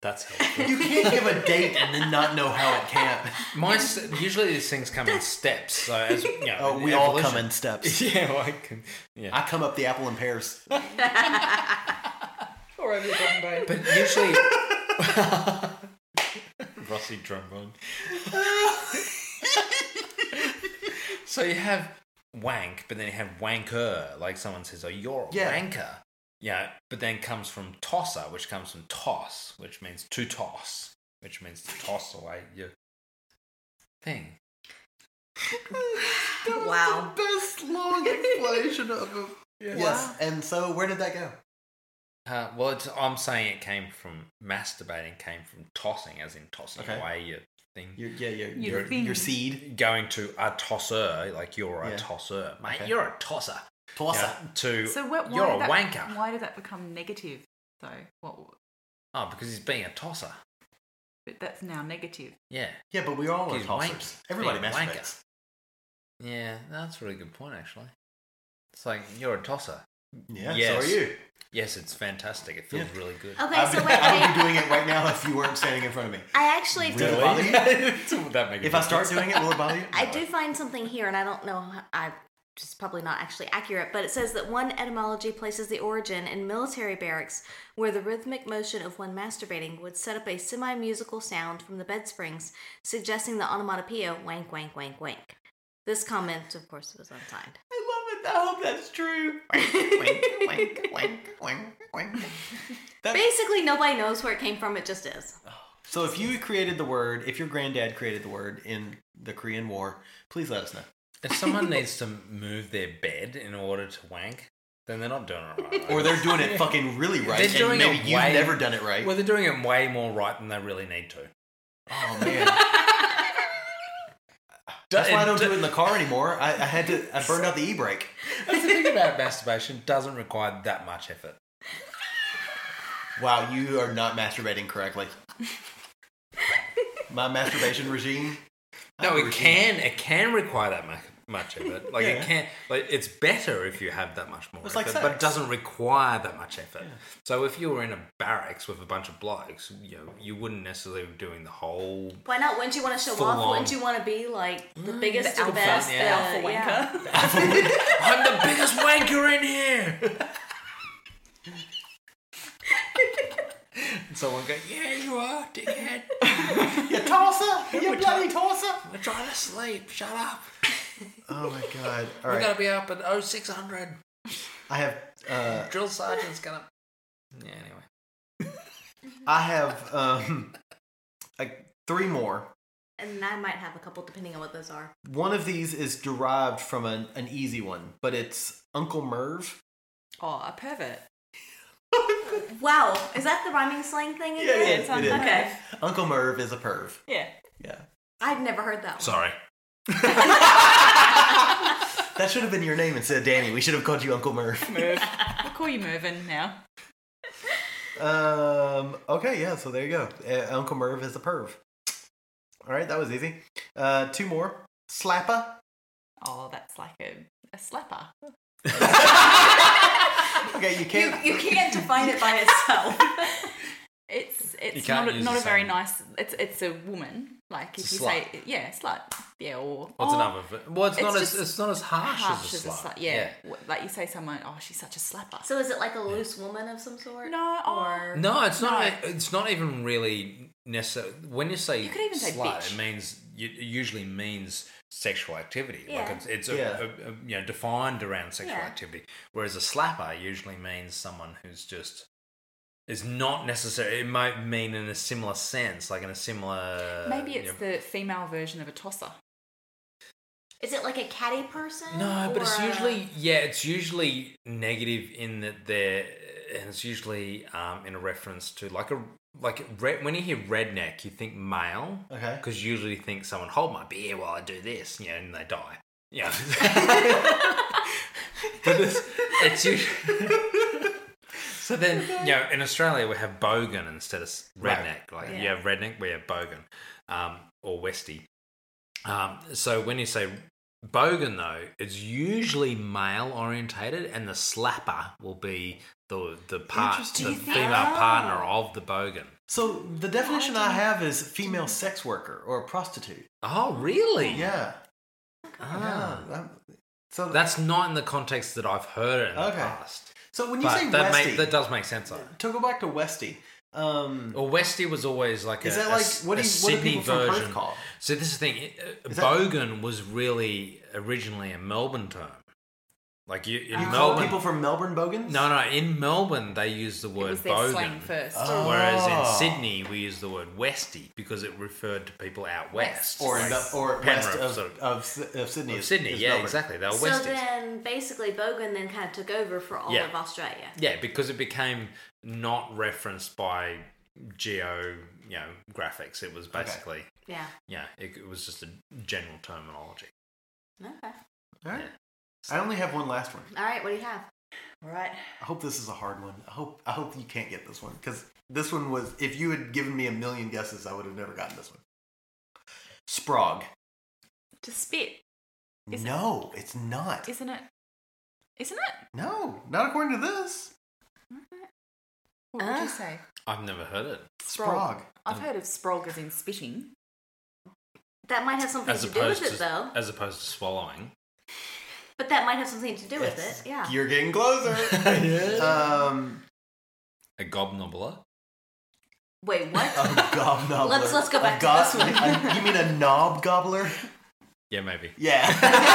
Speaker 5: That's helpful.
Speaker 1: You can't give a date and then not know how it can.
Speaker 5: My s- usually these things come in steps. So as you know,
Speaker 1: <laughs> Oh,
Speaker 5: in
Speaker 1: we all
Speaker 5: evolution. <laughs>
Speaker 1: come in <laughs> steps.
Speaker 5: Yeah, well, I can. Yeah.
Speaker 1: I come up the apple and pears.
Speaker 6: <laughs> Or over the bottom bone.
Speaker 5: But usually, Rossi trombone. so you have wank, but then you have wanker. Like someone says, "Oh, you're a
Speaker 1: Yeah.
Speaker 5: wanker." Yeah, but then comes from tosser, which comes from toss, which means to toss, which means to toss away your thing.
Speaker 7: Wow.
Speaker 1: Best long explanation
Speaker 6: <laughs>
Speaker 1: of a. Yes, and so where did that go?
Speaker 5: Uh, well, it's, I'm saying it came from masturbating, came from tossing, as in tossing
Speaker 1: Okay.
Speaker 5: away your thing.
Speaker 1: Your, yeah, your,
Speaker 6: Your
Speaker 1: your,
Speaker 6: thing.
Speaker 1: your seed.
Speaker 5: Going to a tosser, like you're a
Speaker 1: Yeah.
Speaker 5: tosser, mate.
Speaker 1: Okay.
Speaker 5: You're a tosser.
Speaker 1: Tosser.
Speaker 5: Yeah, to
Speaker 6: So what? Why
Speaker 5: you're
Speaker 6: did
Speaker 5: a
Speaker 6: that,
Speaker 5: wanker.
Speaker 6: Why did that become negative? Though what?
Speaker 5: Oh, because he's being a tosser.
Speaker 6: But that's now negative.
Speaker 5: Yeah.
Speaker 1: Yeah, but we all are
Speaker 5: He's
Speaker 1: tossers.
Speaker 5: wank-
Speaker 1: Everybody
Speaker 5: being a wanker.
Speaker 1: masturbates.
Speaker 5: Yeah, that's a really good point, actually. It's like you're a tosser.
Speaker 1: Yeah,
Speaker 5: Yes.
Speaker 1: so are you.
Speaker 5: Yes, it's fantastic. It feels
Speaker 1: Yeah.
Speaker 5: really good.
Speaker 1: <laughs>
Speaker 7: Okay,
Speaker 1: I'd
Speaker 7: so
Speaker 1: be-
Speaker 7: wait,
Speaker 1: I would
Speaker 7: wait.
Speaker 1: be doing it right now if you weren't standing in front of me.
Speaker 7: I actually
Speaker 1: Does it <laughs>
Speaker 5: <laughs>
Speaker 7: do.
Speaker 1: bother you?
Speaker 5: that make a
Speaker 1: If I start
Speaker 5: difference?
Speaker 1: doing it, will it bother you?
Speaker 7: I do find something here, and I don't know. How, I just probably not actually accurate, but it says that one etymology places the origin in military barracks, where the rhythmic motion of one masturbating would set up a semi-musical sound from the bed springs, suggesting the onomatopoeia wank wank wank wank. This comment, of course, was unsigned.
Speaker 1: I love it. I hope that's true. wink, wink, wink, wink, wink. That-
Speaker 7: Basically, nobody knows where it came from. It just is.
Speaker 1: So if you created the word, if your granddad created the word in the Korean War, please let us know.
Speaker 5: If someone needs to move their bed in order to wank, then they're not doing it right.
Speaker 1: Or they're doing it fucking really right.
Speaker 5: They're doing
Speaker 1: and maybe
Speaker 5: it
Speaker 1: you've
Speaker 5: way-
Speaker 1: never done it right.
Speaker 5: Well, they're doing it way more right than they really need to.
Speaker 1: Oh man. That's why I don't do it in the car anymore. I, I had to. I burned out the e-brake.
Speaker 5: That's the thing about <laughs> masturbation; doesn't require that much effort.
Speaker 1: Wow, you are not masturbating <laughs> correctly. My masturbation <laughs> regime.
Speaker 5: No, it
Speaker 1: Regime.
Speaker 5: can it can require that much much effort. Like it
Speaker 1: Yeah.
Speaker 5: can, like it's better if you have that much more
Speaker 1: It's like
Speaker 5: effort, but it
Speaker 1: sex.
Speaker 5: doesn't require that much effort. So if you were in a barracks with a bunch of blokes, you know, you wouldn't necessarily be doing the whole
Speaker 7: Why not? Wouldn't you want to show
Speaker 5: Full
Speaker 7: off?
Speaker 5: on.
Speaker 7: Wouldn't you want to be like the biggest, the,
Speaker 6: alpha,
Speaker 7: best,
Speaker 6: Mm, the
Speaker 7: uh,
Speaker 6: alpha wanker.
Speaker 5: <laughs>
Speaker 7: yeah.
Speaker 5: I'm the biggest wanker in here. <laughs> and someone goes, Yeah, you are, dickhead. <laughs>
Speaker 1: You tosser. You bloody tosser.
Speaker 5: I'm trying to sleep. Shut up.
Speaker 1: Oh my <laughs> god. All
Speaker 5: We're
Speaker 1: right.
Speaker 5: gonna be up at 0600.
Speaker 1: I have. Uh,
Speaker 5: Drill sergeant's gonna. Yeah. Anyway.
Speaker 1: I have um, like three more.
Speaker 7: And I might have a couple depending on what those are.
Speaker 1: One of these is derived from an, an easy one, but it's Uncle Merv.
Speaker 6: Oh, a pervert.
Speaker 7: Wow, is that the rhyming slang thing again?
Speaker 1: it is, it is.
Speaker 7: Okay,
Speaker 1: Uncle Merv is a perv.
Speaker 6: Yeah.
Speaker 1: Yeah.
Speaker 7: I've never heard that one.
Speaker 5: Sorry.
Speaker 1: That should have been your name instead of Danny. We should have called you Uncle Merv.
Speaker 6: Merv. we'll call you Mervin now.
Speaker 1: Um, okay, yeah, so there you go. Uh, Uncle Merv is a perv. All right, that was easy. Uh, two more. Slapper.
Speaker 6: Oh, that's like a, a slapper.
Speaker 1: <laughs> Okay, you can't.
Speaker 6: You can't define it by
Speaker 1: <laughs>
Speaker 6: itself. it's it's
Speaker 5: can't
Speaker 6: not a,
Speaker 5: use
Speaker 6: not
Speaker 5: the
Speaker 6: a very
Speaker 5: same-
Speaker 6: nice. It's it's a woman. Like
Speaker 5: It's
Speaker 6: if
Speaker 5: a
Speaker 6: you say yeah, slut. Yeah, or
Speaker 5: What's
Speaker 6: oh,
Speaker 5: another? v- Well, it's,
Speaker 6: it's
Speaker 5: not as
Speaker 6: just
Speaker 5: it's not as harsh,
Speaker 6: harsh
Speaker 5: as a slut.
Speaker 6: Yeah. W- like you say someone. Oh, she's such a slapper.
Speaker 7: So is it like a loose woman of some sort?
Speaker 6: No, oh.
Speaker 7: or
Speaker 5: e, No, it's not. It's not even really necessary. When you say
Speaker 6: You could even say
Speaker 5: slut,
Speaker 6: bitch.
Speaker 5: it means u- usually means sexual activity. Like
Speaker 9: Yeah.
Speaker 5: it's, it's a,
Speaker 9: Yeah.
Speaker 5: a- a- you know defined around sexual
Speaker 9: Yeah.
Speaker 5: activity, whereas a slapper usually means someone who's just is not necessary. It might mean in a similar sense, like in a similar
Speaker 6: Maybe
Speaker 5: you
Speaker 6: it's
Speaker 5: know-
Speaker 6: the female version of a tosser.
Speaker 7: Is it like a catty person?
Speaker 5: No, but it's
Speaker 7: or a-
Speaker 5: usually yeah, it's usually negative in that they're, and it's usually um, in a reference to like a like red, when you hear redneck, you think male,
Speaker 1: Okay.
Speaker 5: because you usually think someone hold my beer while I do this, you know, and they die, yeah. <laughs> but it's, it's usually <laughs> so then you know in Australia we have bogan instead of s-
Speaker 9: Right.
Speaker 5: redneck, like
Speaker 9: Yeah.
Speaker 5: you have redneck, we have bogan, um, or westie. Um, so when you say bogan, though, it's usually male orientated, and the slapper will be the the part,
Speaker 1: Interesting.
Speaker 5: the
Speaker 1: Do you think-
Speaker 5: female partner of the bogan.
Speaker 1: So the definition I have is female sex worker or a prostitute.
Speaker 5: Oh, really?
Speaker 1: Yeah.
Speaker 5: Ah.
Speaker 1: Yeah, that-
Speaker 5: So that's not in the context that I've heard it in
Speaker 1: Okay.
Speaker 5: the past.
Speaker 1: So when you
Speaker 5: But
Speaker 1: say
Speaker 5: that, ma-
Speaker 1: Westie-
Speaker 5: that does make sense, though.
Speaker 1: to go back to Westy, um,
Speaker 5: Or Westie was always like
Speaker 1: Is
Speaker 5: a,
Speaker 1: that
Speaker 5: a
Speaker 1: like-
Speaker 5: s-
Speaker 1: what
Speaker 5: a
Speaker 1: do you- what do
Speaker 5: Sydney
Speaker 1: people from Perth
Speaker 5: version.
Speaker 1: call it?
Speaker 5: So this is the thing. uh,
Speaker 1: Is that-
Speaker 5: Bogan was really originally a Melbourne term. Like you in
Speaker 1: you call
Speaker 5: Melbourne,
Speaker 1: people from Melbourne bogans?
Speaker 5: No, no. In Melbourne, they use the word
Speaker 1: was their
Speaker 5: bogan Ah.
Speaker 1: slang first. Oh.
Speaker 5: whereas in Sydney, we use the word westie because it referred to people out west,
Speaker 1: or in
Speaker 5: like
Speaker 1: the, or west
Speaker 5: Penrith,
Speaker 1: of,
Speaker 5: sort
Speaker 1: of, S- of Sydney.
Speaker 5: Of
Speaker 1: is-
Speaker 5: Sydney,
Speaker 1: is
Speaker 5: yeah,
Speaker 1: Melbourne.
Speaker 5: exactly. They were
Speaker 7: So
Speaker 5: westies.
Speaker 7: then, basically, Bogan then kind of took over for all
Speaker 5: Yeah.
Speaker 7: of Australia.
Speaker 5: Yeah, because it became not referenced by geo, you know, graphics. It was basically
Speaker 7: Yeah.
Speaker 5: yeah. It, it was just a general terminology.
Speaker 7: Okay.
Speaker 1: All right. I only have one last one.
Speaker 7: All right. What do you have?
Speaker 6: All right.
Speaker 1: I hope this is a hard one. I hope I hope you can't get this one because this one was. If you had given me a million guesses, I would have never gotten this one. Sprague.
Speaker 6: To spit, Is it-
Speaker 1: no, it's not.
Speaker 6: isn't it? Isn't it?
Speaker 1: No, not according to this.
Speaker 6: What
Speaker 7: Uh,
Speaker 5: Ah.
Speaker 6: would you say?
Speaker 5: I've never heard it.
Speaker 6: Sprog. I've heard of sprog as in spitting.
Speaker 7: That might have something
Speaker 5: as
Speaker 7: to do with
Speaker 5: opposed
Speaker 7: it,
Speaker 5: to uh,
Speaker 7: though.
Speaker 5: as opposed to
Speaker 7: <laughs>
Speaker 5: swallowing.
Speaker 7: But that might have something to do with
Speaker 5: Yes.
Speaker 7: it. Yeah.
Speaker 1: You're getting
Speaker 5: <laughs>
Speaker 1: closer. Um,
Speaker 5: a gobnobbler.
Speaker 7: Wait,
Speaker 5: <laughs>
Speaker 7: what?
Speaker 1: A gobnobbler.
Speaker 7: Let's- let's go
Speaker 1: A
Speaker 7: back to
Speaker 1: gob-
Speaker 7: this
Speaker 1: <laughs>
Speaker 7: one.
Speaker 1: a- you mean a knob gobbler?
Speaker 5: Yeah, maybe.
Speaker 7: <laughs>
Speaker 1: Yeah. <laughs>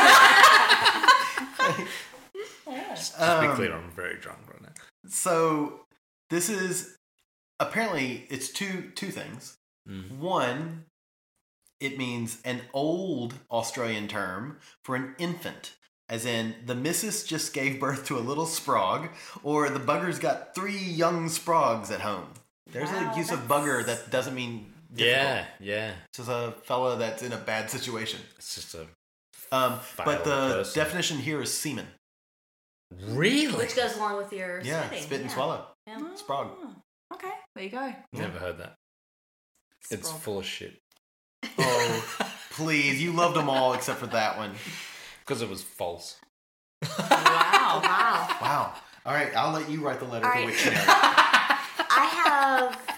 Speaker 5: Just to be
Speaker 1: Um,
Speaker 5: clear, I'm very drunk right now.
Speaker 1: So this is apparently it's two two things.
Speaker 5: Mm-hmm.
Speaker 1: One, it means an old Australian term for an infant, as in the missus just gave birth to a little sprog, or the bugger's got three young sprogs at home. There's
Speaker 5: Wow,
Speaker 1: a use of bugger that doesn't mean difficult.
Speaker 5: Yeah, yeah.
Speaker 1: It's just a fella that's in a bad situation.
Speaker 5: It's just a.
Speaker 1: Um, but
Speaker 5: Violent
Speaker 1: the
Speaker 5: person.
Speaker 1: definition here is semen.
Speaker 5: Really?
Speaker 7: Which goes along with your
Speaker 1: Yeah,
Speaker 7: spitting.
Speaker 1: spit and
Speaker 7: yeah.
Speaker 1: swallow. Mm.
Speaker 7: Yeah.
Speaker 1: Sprog.
Speaker 6: Oh, Okay, there you go.
Speaker 5: Never heard that. It's
Speaker 6: Sprog.
Speaker 5: full of shit.
Speaker 1: Oh, please. You loved them all except for that one.
Speaker 5: Because it was false.
Speaker 7: Oh, wow.
Speaker 1: Wow. All right, I'll let you write the letter
Speaker 7: All
Speaker 1: to
Speaker 7: right.
Speaker 1: which you
Speaker 7: <laughs>
Speaker 1: know.
Speaker 7: I have,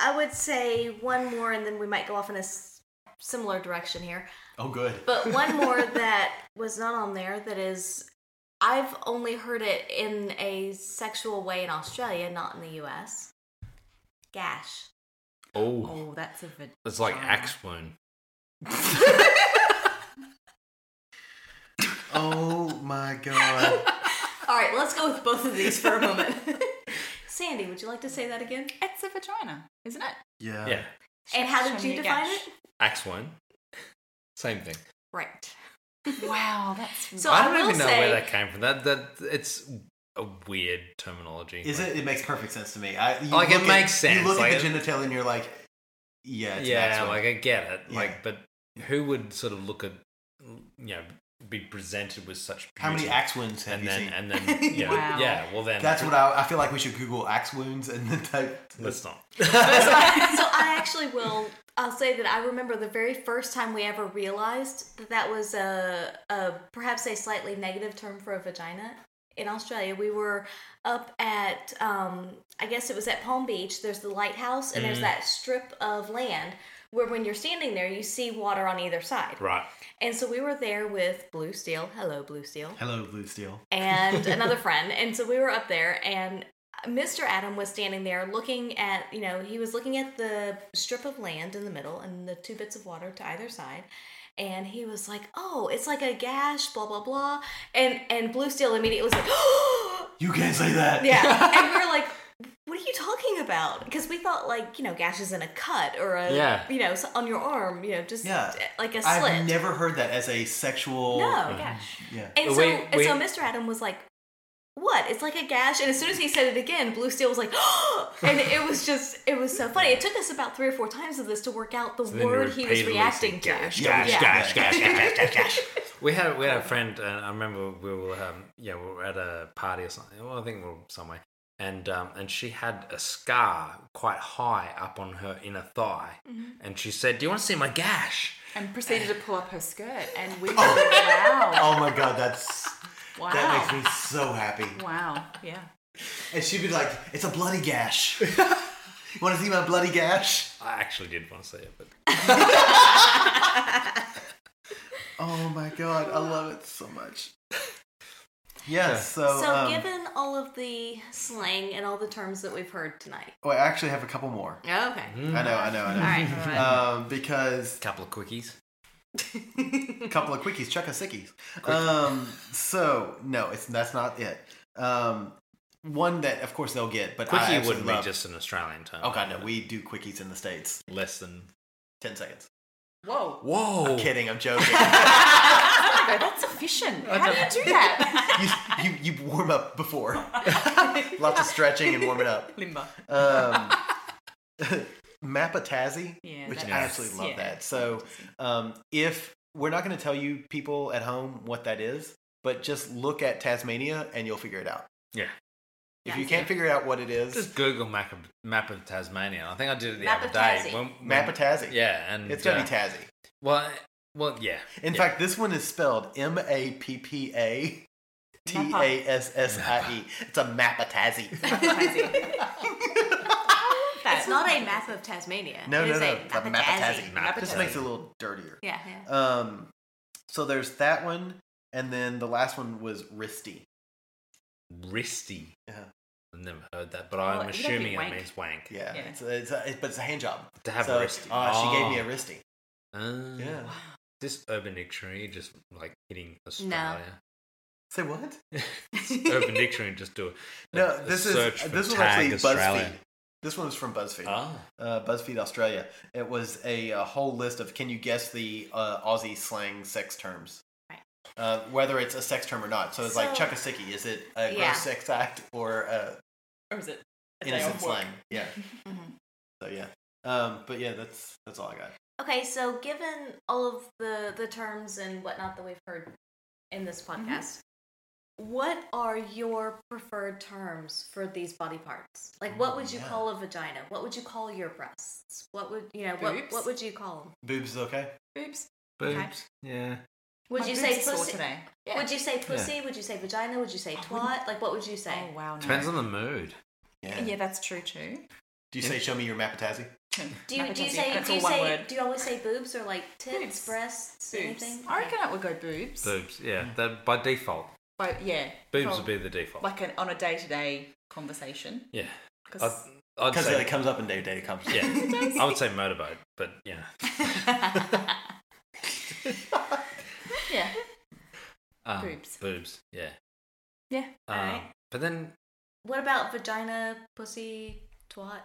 Speaker 7: I would say one more, and then we might go off in a s- similar direction here.
Speaker 1: Oh, good.
Speaker 7: But one more that was not on there that is, I've only heard it in a sexual way in Australia, not in the U.S. Gash.
Speaker 5: Oh,
Speaker 7: that's a vid-
Speaker 5: it's like axe wound.
Speaker 1: oh my god. <laughs>
Speaker 7: All right, let's go with both of these for a moment. Sandy, would you like to say that again?
Speaker 6: It's a vagina, isn't it?
Speaker 1: Yeah.
Speaker 5: Yeah,
Speaker 7: And how did
Speaker 6: Show me
Speaker 7: you
Speaker 6: a
Speaker 7: define
Speaker 6: gash.
Speaker 7: it?
Speaker 5: axe wound. <laughs> Same thing.
Speaker 7: Right.
Speaker 6: Wow, that's
Speaker 7: so.
Speaker 5: I
Speaker 7: I,
Speaker 5: don't
Speaker 7: will
Speaker 5: even know
Speaker 7: say,
Speaker 5: where that came from. That that it's a weird terminology.
Speaker 1: Is it? It makes perfect sense to me. I, you
Speaker 5: Like, it
Speaker 1: look at-
Speaker 5: makes sense,
Speaker 1: You look
Speaker 5: like
Speaker 1: at the
Speaker 5: it-
Speaker 1: genitalia and you're like, yeah, it's an axe
Speaker 5: yeah,
Speaker 1: wound.
Speaker 5: like I get it.
Speaker 1: Yeah.
Speaker 5: Like, but who would sort of look at you know be presented with such beauty
Speaker 1: How many axe wounds have
Speaker 5: and
Speaker 1: you
Speaker 5: then,
Speaker 1: seen? <laughs>
Speaker 5: And then yeah, yeah. Well, then
Speaker 1: That's what I, I feel like we should Google axe wounds and then type.
Speaker 5: Let's not.
Speaker 7: so I actually will. I'll say that I remember the very first time we ever realized that that was a, a perhaps a slightly negative term for a vagina in Australia. We were up at, um, I guess it was at Palm Beach. There's the lighthouse, and there's
Speaker 5: Mm.
Speaker 7: that strip of land where, when you're standing there, you see water on either side.
Speaker 5: Right.
Speaker 7: And so we were there with Blue Steel. Hello, Blue Steel
Speaker 1: Hello, Blue Steel.
Speaker 7: and another friend. And so we were up there, and Mr. Adam was standing there looking at, you know, he was looking at the strip of land in the middle and the two bits of water to either side. And he was like, "Oh, it's like a gash, blah blah blah," and and Blue Steel immediately was like, <gasps>
Speaker 3: You can't say
Speaker 1: <laughs>
Speaker 3: that.
Speaker 7: "Yeah,"
Speaker 3: <laughs>
Speaker 7: and we were like, "What are you talking about?" Because we thought like you know gashes in a cut or a
Speaker 3: Yeah.
Speaker 7: you know s- on your arm, you know, just
Speaker 3: Yeah.
Speaker 7: like a slit.
Speaker 3: I've never heard that as a sexual.
Speaker 7: No, yeah.
Speaker 3: Yeah.
Speaker 7: And so, and so Mr. Adam was like, "What? It's like a gash." And as soon as he said it again, Blue Steel was like, <gasps> and it was just, it was so funny. It took us about three or four times of this to work out the
Speaker 5: So then you
Speaker 7: word he was
Speaker 5: repeatedly
Speaker 7: reacting
Speaker 5: said,
Speaker 7: to.
Speaker 5: "Gash, gash,
Speaker 7: Yeah. <laughs>
Speaker 5: gash, gash, gash, gash, gash." We had we had a friend, and I remember we were um, yeah we were at a party or something. Well, I think we were somewhere, and um, and she had a scar quite high up on her inner thigh,
Speaker 6: Mhm.
Speaker 7: Mm-hmm.
Speaker 5: and she said, "Do you want to see my gash?"
Speaker 6: And
Speaker 5: uh,
Speaker 6: proceeded to pull up her skirt, and
Speaker 5: Oh.
Speaker 6: we were wow,
Speaker 3: Oh my god, that's
Speaker 6: wow,
Speaker 3: that makes me so happy.
Speaker 6: wow, yeah.
Speaker 3: And she'd be like, "It's a
Speaker 1: <laughs>
Speaker 3: bloody
Speaker 5: <laughs>
Speaker 3: gash. you want to see my bloody gash?"
Speaker 5: I actually did want to see it, but
Speaker 3: Oh my god, I love it so much. Yeah, so,
Speaker 7: So,
Speaker 3: um,
Speaker 7: given all of the slang and all the terms that we've heard tonight,
Speaker 3: oh, I actually have a couple more.
Speaker 7: Oh, okay.
Speaker 3: I know, I know, I know.
Speaker 7: All right, all right.
Speaker 3: Um, because
Speaker 5: couple of quickies.
Speaker 3: couple of quickies, chuck a sickies. Um, so no, it's that's not it. Um, one that of course they'll get, but I
Speaker 5: quickie
Speaker 3: absolutely
Speaker 5: wouldn't be
Speaker 3: love-
Speaker 5: just an Australian term.
Speaker 3: Oh god, no, we do quickies in the states.
Speaker 5: Less than
Speaker 3: ten seconds.
Speaker 6: <laughs> Whoa.
Speaker 5: Whoa!
Speaker 3: I'm kidding. I'm joking.
Speaker 6: That's efficient. How do you do that?
Speaker 5: <laughs>
Speaker 3: you, you you warm up before. Lots of stretching and warming up.
Speaker 6: Limbo.
Speaker 3: Um, <laughs> Mapatazzi,
Speaker 6: Yeah,
Speaker 3: which I
Speaker 6: that's-
Speaker 3: absolutely love
Speaker 6: yeah.
Speaker 3: that. So, um, if we're not going to tell you people at home what that is, but just look at Tasmania and you'll figure it out.
Speaker 5: Yeah.
Speaker 3: If you can't figure out what it is,
Speaker 5: Just Google map of, map of Tasmania. I think I did it the other
Speaker 3: Mapatazzi.
Speaker 5: day.
Speaker 3: Mapatazzi.
Speaker 5: Yeah, and
Speaker 3: It's gonna be
Speaker 5: uh,
Speaker 3: Tassie.
Speaker 5: Well, well, yeah.
Speaker 3: In
Speaker 5: yeah.
Speaker 3: fact, this one is spelled M A P P A T A S S I E. It's a Mapatazzi. <laughs>
Speaker 5: <laughs>
Speaker 7: it's not a map of Tasmania.
Speaker 3: No,
Speaker 7: It
Speaker 3: no,
Speaker 7: is
Speaker 3: no.
Speaker 7: a
Speaker 3: It's a
Speaker 7: Mapatazzi.
Speaker 3: Mapatazzi. Just makes it a little dirtier.
Speaker 7: Yeah, yeah.
Speaker 3: Um, so there's that one, and then the last one was Risty.
Speaker 5: Risty.
Speaker 3: Yeah.
Speaker 5: I've never heard that, but I'm
Speaker 3: Well, you don't
Speaker 5: assuming
Speaker 3: mean
Speaker 5: it
Speaker 3: wank.
Speaker 5: means wank.
Speaker 3: Uh-huh. Yeah, It's a, it's a, it, but it's a hand job.
Speaker 5: To have
Speaker 3: So,
Speaker 5: a Oh. wristy.
Speaker 3: Uh, She gave me a wristy.
Speaker 5: yeah.
Speaker 3: Yeah.
Speaker 5: This Urban Dictionary just like hitting Australia.
Speaker 3: <laughs> Say what?
Speaker 5: Urban Dictionary just do a,
Speaker 3: No,
Speaker 5: a
Speaker 3: this is
Speaker 5: search for
Speaker 3: this was
Speaker 5: tag
Speaker 3: actually
Speaker 5: Australia.
Speaker 3: BuzzFeed. This one was from BuzzFeed.
Speaker 5: Ah.
Speaker 3: Uh, BuzzFeed Australia. It was a, uh whole list of can you guess the uh, Aussie slang sex terms,
Speaker 7: Right.
Speaker 3: uh, whether it's a sex term or not. So it's like
Speaker 7: So-
Speaker 3: chuck a sickie. Is it a
Speaker 7: Yeah.
Speaker 3: gross sex act or a
Speaker 6: Or is it a day
Speaker 3: innocent
Speaker 6: off work? Mm-hmm.
Speaker 3: slang?
Speaker 6: <laughs>
Speaker 3: Yeah. So yeah. Um, but yeah, that's that's all I got.
Speaker 7: Okay, so given all of the the terms and whatnot that we've heard in this podcast, what are your preferred terms for these body parts? Like, what would you
Speaker 3: yeah.
Speaker 7: call a vagina? What would you call your breasts? What would you know? What,
Speaker 6: Boobs?
Speaker 7: what would you call them?
Speaker 3: Boobs is okay.
Speaker 6: Boobs.
Speaker 5: Boobs. Yeah.
Speaker 7: Would
Speaker 6: My
Speaker 7: you
Speaker 6: boobs
Speaker 7: say
Speaker 6: are sore
Speaker 7: pussy?
Speaker 6: today.
Speaker 7: Would you say pussy? Would you say vagina? Would you say twat? Like, what would you say?
Speaker 6: Oh wow.
Speaker 5: Depends on the mood.
Speaker 3: Yeah.
Speaker 6: Yeah, that's true too.
Speaker 3: Do you say show me your mapatazzi?
Speaker 7: Do you do you
Speaker 6: Appetizing.
Speaker 7: say
Speaker 6: That's
Speaker 7: do you
Speaker 6: all one
Speaker 7: say
Speaker 6: word.
Speaker 7: do you always say boobs or like tits,
Speaker 6: Boobs.
Speaker 7: breasts,
Speaker 6: Boobs.
Speaker 7: anything?
Speaker 6: I reckon I would go boobs.
Speaker 5: Boobs. Yeah.
Speaker 3: Mm.
Speaker 5: That by default.
Speaker 6: But yeah,
Speaker 5: Boobs
Speaker 6: from-
Speaker 5: would be the default.
Speaker 6: Like an, on a day-to-day conversation.
Speaker 5: yeah.
Speaker 6: 'Cause-
Speaker 5: I'd- I'd
Speaker 3: Because
Speaker 5: say-
Speaker 3: it comes up in day to day conversation.
Speaker 5: <laughs> Yeah. I would say motorboat, but yeah.
Speaker 6: Yeah.
Speaker 5: Um,
Speaker 7: Boobs.
Speaker 5: Boobs. Yeah.
Speaker 6: Yeah.
Speaker 5: Um, But then
Speaker 7: What about vagina, pussy, twat?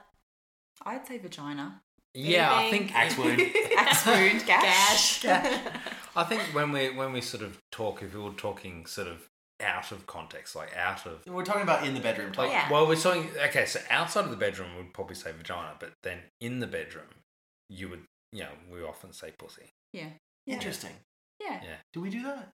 Speaker 6: I'd say vagina.
Speaker 5: Yeah, I think axe wound.
Speaker 6: Axe wound,
Speaker 7: <laughs>
Speaker 6: gash.
Speaker 5: I think when we when we sort of talk, if we were talking sort of out of context, like out of
Speaker 3: We're talking about in the bedroom.
Speaker 1: Oh,
Speaker 5: like,
Speaker 3: talk.
Speaker 5: well, we're talking okay. So outside of the bedroom, we'd probably say vagina, but then in the bedroom, you would you know we often say pussy.
Speaker 6: Yeah.
Speaker 3: Interesting.
Speaker 6: Yeah.
Speaker 5: Yeah,
Speaker 3: Do we do that?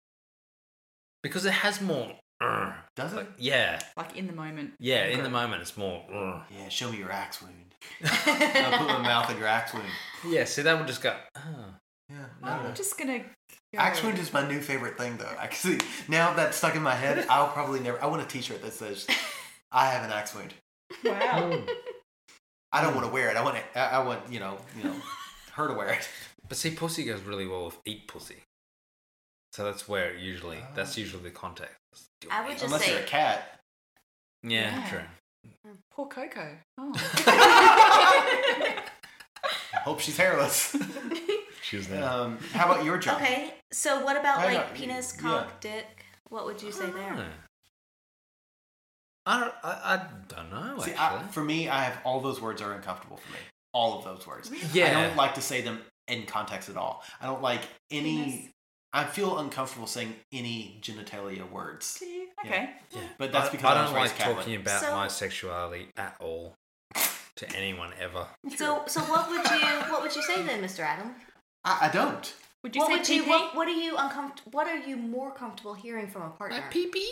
Speaker 5: because it has more. Uh,
Speaker 3: Does it?
Speaker 5: yeah,
Speaker 6: Like in the moment.
Speaker 5: yeah. In the moment, it's more. Uh.
Speaker 3: Yeah. Show me your axe
Speaker 7: <laughs>
Speaker 3: wound. I put my mouth in your axe wound.
Speaker 5: Yeah. See, that would just go. Oh,
Speaker 3: Yeah.
Speaker 6: I'm just gonna. Go.
Speaker 3: Axe wound is my new favorite thing, though. I can see now that's stuck in my head. I'll probably never. I want a T-shirt that says, "I have an axe wound."
Speaker 6: <laughs> Wow.
Speaker 3: I don't want to wear it. I want it. I I want you know, you know, her to wear it.
Speaker 5: But see, pussy goes really well with eat pussy. So that's where it usually that's usually the context.
Speaker 7: I would just
Speaker 3: Unless
Speaker 7: say
Speaker 3: you're a cat.
Speaker 5: Yeah,
Speaker 6: Yeah.
Speaker 5: true.
Speaker 6: Poor Coco. Oh.
Speaker 1: Hope she's hairless. she's um, How about your job?
Speaker 7: Okay, so what about
Speaker 1: Why
Speaker 7: like
Speaker 1: not?
Speaker 7: penis,
Speaker 1: Yeah.
Speaker 7: cock, dick? What would you say there?
Speaker 5: I don't, I, I don't know.
Speaker 1: See, I,
Speaker 5: Oh, actually.
Speaker 1: for me, I have all those words are uncomfortable for me. All of those words. I
Speaker 5: Yeah.
Speaker 1: don't like to say them in context at all. I don't like any. I feel uncomfortable saying any genitalia words.
Speaker 6: Okay.
Speaker 1: Yeah. But that's
Speaker 5: I-
Speaker 1: because
Speaker 5: I
Speaker 1: was
Speaker 5: don't
Speaker 1: raised
Speaker 5: like
Speaker 1: Catholic.
Speaker 5: talking about
Speaker 7: So-
Speaker 5: my sexuality at all to anyone ever.
Speaker 7: So, so what would you what would you say then, Mr. Adam?
Speaker 1: I, I don't.
Speaker 6: Would
Speaker 7: what would you what, what are you uncomfortable? What are you more comfortable hearing from a partner?
Speaker 6: pee pee.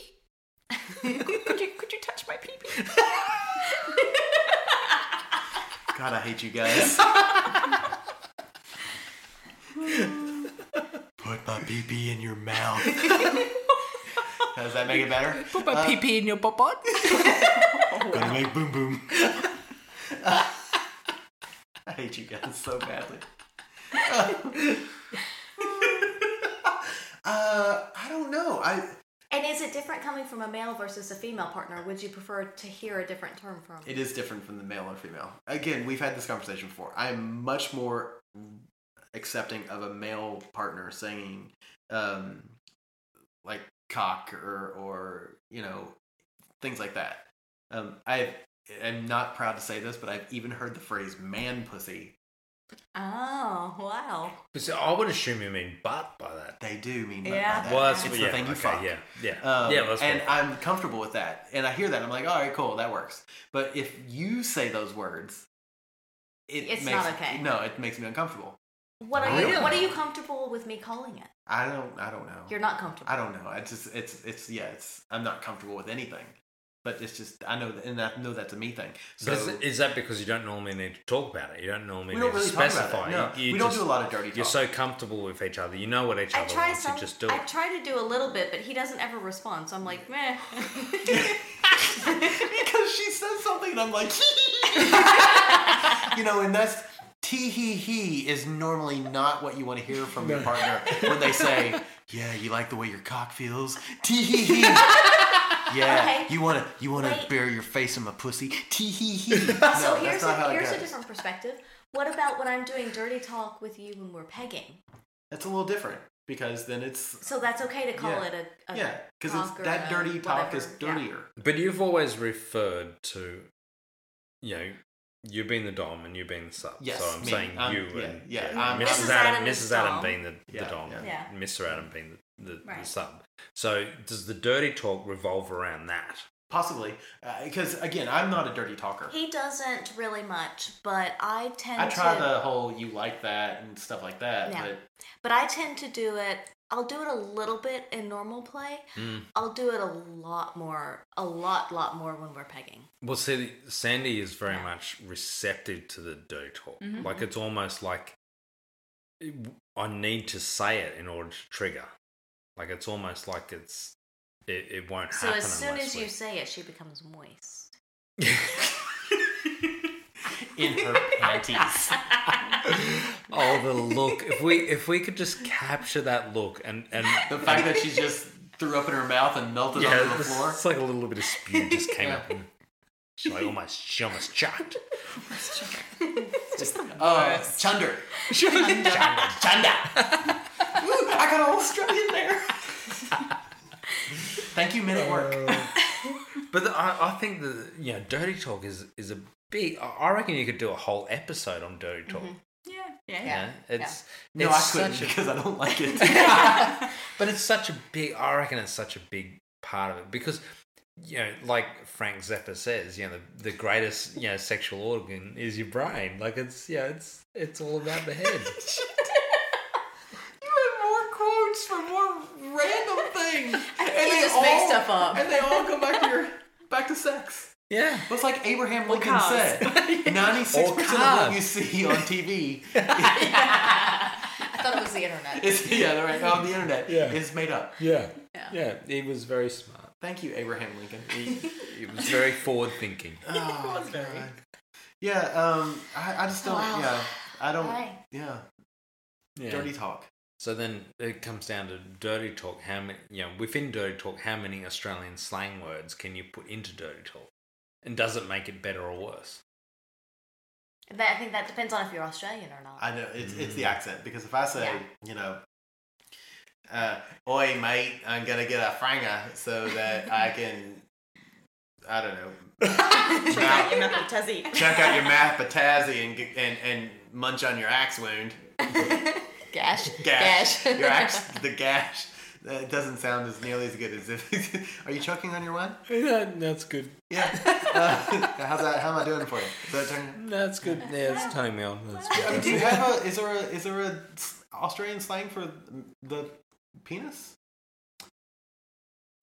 Speaker 6: <laughs> could you could you touch my pee <laughs> pee?
Speaker 1: God, I hate you
Speaker 3: <laughs>
Speaker 1: guys. Put my pee pee in your mouth. Does that make it better?
Speaker 6: Put my pee pee in your butt. <laughs>
Speaker 1: Gonna make boom <laughs> boom. I hate you guys so <laughs> badly. Uh, I don't know. I
Speaker 7: And is it different coming from a male versus a female partner? Would you prefer to hear a different term from?
Speaker 1: It is different from the male or female. Again, we've had this conversation before. I am much more accepting of a male partner saying, um, like cock or or you know things like that. Um, I am not proud to say this, but I've even heard the phrase "man pussy."
Speaker 7: Oh wow!
Speaker 5: But see, I would assume you mean butt by that.
Speaker 1: They do mean
Speaker 5: butt
Speaker 1: by Yeah. that.
Speaker 5: Well, that's
Speaker 1: It's the
Speaker 5: yeah,
Speaker 1: thing you
Speaker 5: okay,
Speaker 1: fuck.
Speaker 5: Yeah, yeah,
Speaker 1: Um,
Speaker 5: yeah. That's
Speaker 1: and
Speaker 5: what-
Speaker 1: I'm comfortable with that. And I hear that. I'm like, all right, cool, that works. But if you say those words, it
Speaker 7: It's
Speaker 1: makes,
Speaker 7: not okay.
Speaker 1: No, it makes me uncomfortable.
Speaker 7: What are you
Speaker 1: Really?
Speaker 7: What are you comfortable with me calling it?
Speaker 1: I don't. I don't know.
Speaker 7: You're not comfortable.
Speaker 1: I don't know. I just. It's. It's. Yeah. It's. I'm not comfortable with
Speaker 7: <laughs>
Speaker 1: anything. But it's just. I know. That, and I know that's a me thing. So
Speaker 5: But is, is that because you don't normally need to talk about it? You don't normally
Speaker 1: We don't
Speaker 5: need to
Speaker 1: really talk about
Speaker 5: specify.
Speaker 1: it, no.
Speaker 5: You- you
Speaker 1: We don't do a lot of dirty
Speaker 5: You're
Speaker 1: talk.
Speaker 5: so comfortable with each other. You know what each
Speaker 7: I
Speaker 5: other
Speaker 7: try
Speaker 5: wants.
Speaker 7: some.
Speaker 5: you just do
Speaker 7: I
Speaker 5: it.
Speaker 7: try to do a little bit, but he doesn't ever respond. So I'm
Speaker 1: <laughs>
Speaker 7: like, meh. <laughs>
Speaker 1: because she says something and I'm like, <laughs> you know, and that's tee hee hee is normally not what you want to hear from your partner when they say, yeah, you like the way your cock feels. <laughs> Tee hee hee. Yeah,
Speaker 7: Okay.
Speaker 1: you wanna you wanna
Speaker 7: Wait.
Speaker 1: bury your face in my pussy. Tee hee hee. No,
Speaker 7: <laughs> so
Speaker 1: that's
Speaker 7: here's
Speaker 1: not how
Speaker 7: a,
Speaker 1: it
Speaker 7: here's a
Speaker 1: goes.
Speaker 7: different perspective. What about when I'm doing dirty talk with you when we're pegging?
Speaker 1: That's a little different because then it's
Speaker 7: So that's okay to call
Speaker 1: Yeah.
Speaker 7: it a, a
Speaker 1: yeah because
Speaker 7: cock
Speaker 1: it's
Speaker 7: or
Speaker 1: that
Speaker 7: a
Speaker 1: dirty talk
Speaker 7: whatever.
Speaker 1: is dirtier.
Speaker 5: But you've always referred to, you know, you being the dom and you being the sub.
Speaker 1: Yes,
Speaker 5: so I'm
Speaker 1: me.
Speaker 5: saying
Speaker 1: I'm-
Speaker 5: you
Speaker 1: yeah,
Speaker 5: and
Speaker 1: yeah, I'm-
Speaker 5: Mrs.
Speaker 1: Mrs.
Speaker 5: Adam,
Speaker 1: Adam is
Speaker 5: Mrs. Adam
Speaker 1: dom.
Speaker 5: being the,
Speaker 1: Yeah,
Speaker 5: the dom,
Speaker 1: yeah.
Speaker 7: Yeah.
Speaker 5: Mr. Adam being the, the, the
Speaker 7: Right.
Speaker 5: sub. So does the dirty talk revolve around that?
Speaker 1: Possibly because again, I'm not a dirty talker.
Speaker 7: He doesn't really much, but I tend
Speaker 1: I try
Speaker 7: to.
Speaker 1: the whole you like that and stuff like that,
Speaker 7: Yeah.
Speaker 6: <laughs>
Speaker 1: but
Speaker 7: But I tend to do it. I'll do it a little bit in normal play.
Speaker 1: Hmm.
Speaker 7: I'll do it a lot more, a lot, lot more when we're pegging.
Speaker 5: Well, see, Sandy is very much receptive to the dirty talk.
Speaker 7: Mhm.
Speaker 5: Like it's almost like it- I need to say it in order to trigger. Like it's almost like it's it, it won't
Speaker 7: So
Speaker 5: happen.
Speaker 7: as soon
Speaker 5: unless
Speaker 7: as
Speaker 5: we-
Speaker 7: you say it, she becomes moist.
Speaker 1: in her panties.
Speaker 5: oh the look if we if we could just capture that look and
Speaker 1: <laughs>
Speaker 5: and
Speaker 1: The fact that she just threw up in her mouth and melted
Speaker 5: yeah,
Speaker 1: onto the
Speaker 5: it's-
Speaker 1: floor.
Speaker 5: it's like a little bit of spew just came
Speaker 1: Yeah.
Speaker 5: up and she like almost she almost chucked.
Speaker 1: Just, uh,
Speaker 6: <laughs>
Speaker 1: chunder. Chunder. Chunder. Ooh, I got all Australian there. Thank you, men at
Speaker 5: Oh.
Speaker 1: work.
Speaker 5: But the, I, I think the you know dirty talk is is a big. I- I reckon you could do a whole episode on dirty talk.
Speaker 6: Yeah.
Speaker 5: Yeah, it's
Speaker 1: No,
Speaker 5: it's
Speaker 1: I couldn't
Speaker 5: such a-
Speaker 1: because I don't like
Speaker 6: <laughs>
Speaker 1: it.
Speaker 5: but it's such a big. I reckon it's such a big part of it because you know, like Frank Zappa says, you know, the, the greatest you know sexual organ is your brain. Like it's yeah, it's it's all about the head.
Speaker 1: You have more quotes for more random
Speaker 6: <laughs>
Speaker 1: things.
Speaker 6: think he just makes stuff up.
Speaker 1: And they all come back to your back to sex.
Speaker 5: Yeah.
Speaker 1: But it's like Abraham Lincoln
Speaker 6: cars.
Speaker 1: said.
Speaker 6: <laughs>
Speaker 1: Ninety-six percent of what you see on TV
Speaker 6: I thought it was the internet.
Speaker 1: is yeah, right, on the internet is made up.
Speaker 5: Yeah.
Speaker 6: Yeah.
Speaker 5: he was very smart.
Speaker 1: Thank you, Abraham Lincoln.
Speaker 5: He was very forward thinking.
Speaker 1: <laughs> Oh, God. Yeah, um I, I just don't
Speaker 7: Wow.
Speaker 1: yeah. I don't
Speaker 7: Hi.
Speaker 1: yeah.
Speaker 5: Yeah.
Speaker 1: Dirty talk.
Speaker 5: So then it comes down to dirty talk. How many, you know, within dirty talk, how many Australian slang words can you put into dirty talk? And does it make it better or worse?
Speaker 7: That, I think that depends on if you're Australian or not.
Speaker 1: I know it's it's
Speaker 10: Mm.
Speaker 1: the accent because if I say you know, uh, "Oi mate, I'm gonna get a franger so
Speaker 10: <laughs>
Speaker 1: that I can," I don't know,
Speaker 10: Check out your mouth, Tazzy. <laughs>
Speaker 1: check out your map, patazzi, and get- and and munch on your axe wound,
Speaker 10: <laughs> gash.
Speaker 1: gash, your
Speaker 10: <laughs>
Speaker 1: axe, the gash. That doesn't sound as nearly as good as if. <laughs> Are you choking on your wine?
Speaker 3: Yeah, that's good.
Speaker 10: <laughs>
Speaker 1: Yeah. Uh, <laughs> how's that? How am I doing for you? Is that turning?
Speaker 3: That's good. Yeah, it's time meal. That's
Speaker 1: I mean,
Speaker 3: good.
Speaker 1: do you have a is there a is there a s- Australian slang for the penis?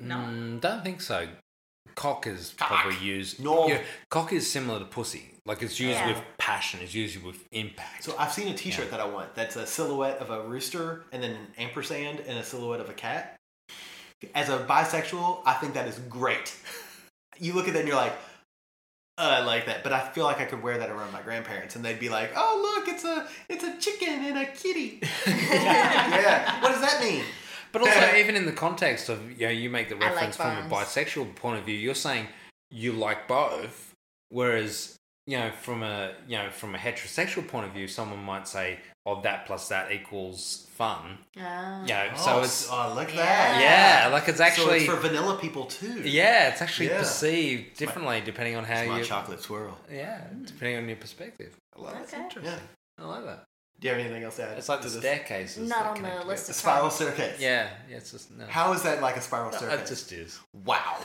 Speaker 5: No, Mm, don't think so. Cock is probably used.
Speaker 1: No,
Speaker 5: yeah, cock is similar to pussy. Like it's used
Speaker 1: Yeah.
Speaker 5: with passion. It's used with impact.
Speaker 1: So I've seen a T-shirt that I want. That's a silhouette of a rooster and then an ampersand and a silhouette of a cat. As a bisexual, I think that is great. <laughs> You look at that and you're like, uh, I like that. But I feel like I could wear that around my grandparents and they'd be like, Oh look, it's a it's a chicken and a
Speaker 5: <laughs>
Speaker 1: kitty. yeah. What does that mean?
Speaker 5: But
Speaker 7: <laughs>
Speaker 5: also, even in the context of you know, you make the
Speaker 1: I like
Speaker 5: reference from a
Speaker 1: bones.
Speaker 5: bisexual point of view, you're saying you like both, whereas you know from a you know from a heterosexual point of view, someone might say, "Oh, that plus that equals fun."
Speaker 7: Ah.
Speaker 5: Yeah,
Speaker 1: Oh,
Speaker 5: so it's
Speaker 1: oh, look at that.
Speaker 5: yeah, like it's
Speaker 1: So
Speaker 5: actually
Speaker 1: for vanilla people too.
Speaker 5: Yeah, it's actually
Speaker 1: Yeah.
Speaker 5: perceived differently depending on how
Speaker 1: It's my
Speaker 5: you
Speaker 1: chocolate swirl.
Speaker 5: Yeah,
Speaker 7: Hmm.
Speaker 5: depending on your perspective. I love
Speaker 1: That's interesting.
Speaker 5: I like that.
Speaker 1: Do you have anything else to add?
Speaker 5: It's like
Speaker 1: to
Speaker 5: the
Speaker 1: this?
Speaker 5: staircases.
Speaker 7: Not
Speaker 5: that
Speaker 7: on
Speaker 5: connect
Speaker 7: the
Speaker 5: together.
Speaker 7: list of
Speaker 1: Spiral staircase.
Speaker 5: Yeah, yeah, it's just no.
Speaker 1: How is that like a spiral
Speaker 5: No, it
Speaker 1: staircase?
Speaker 5: just is.
Speaker 1: Wow.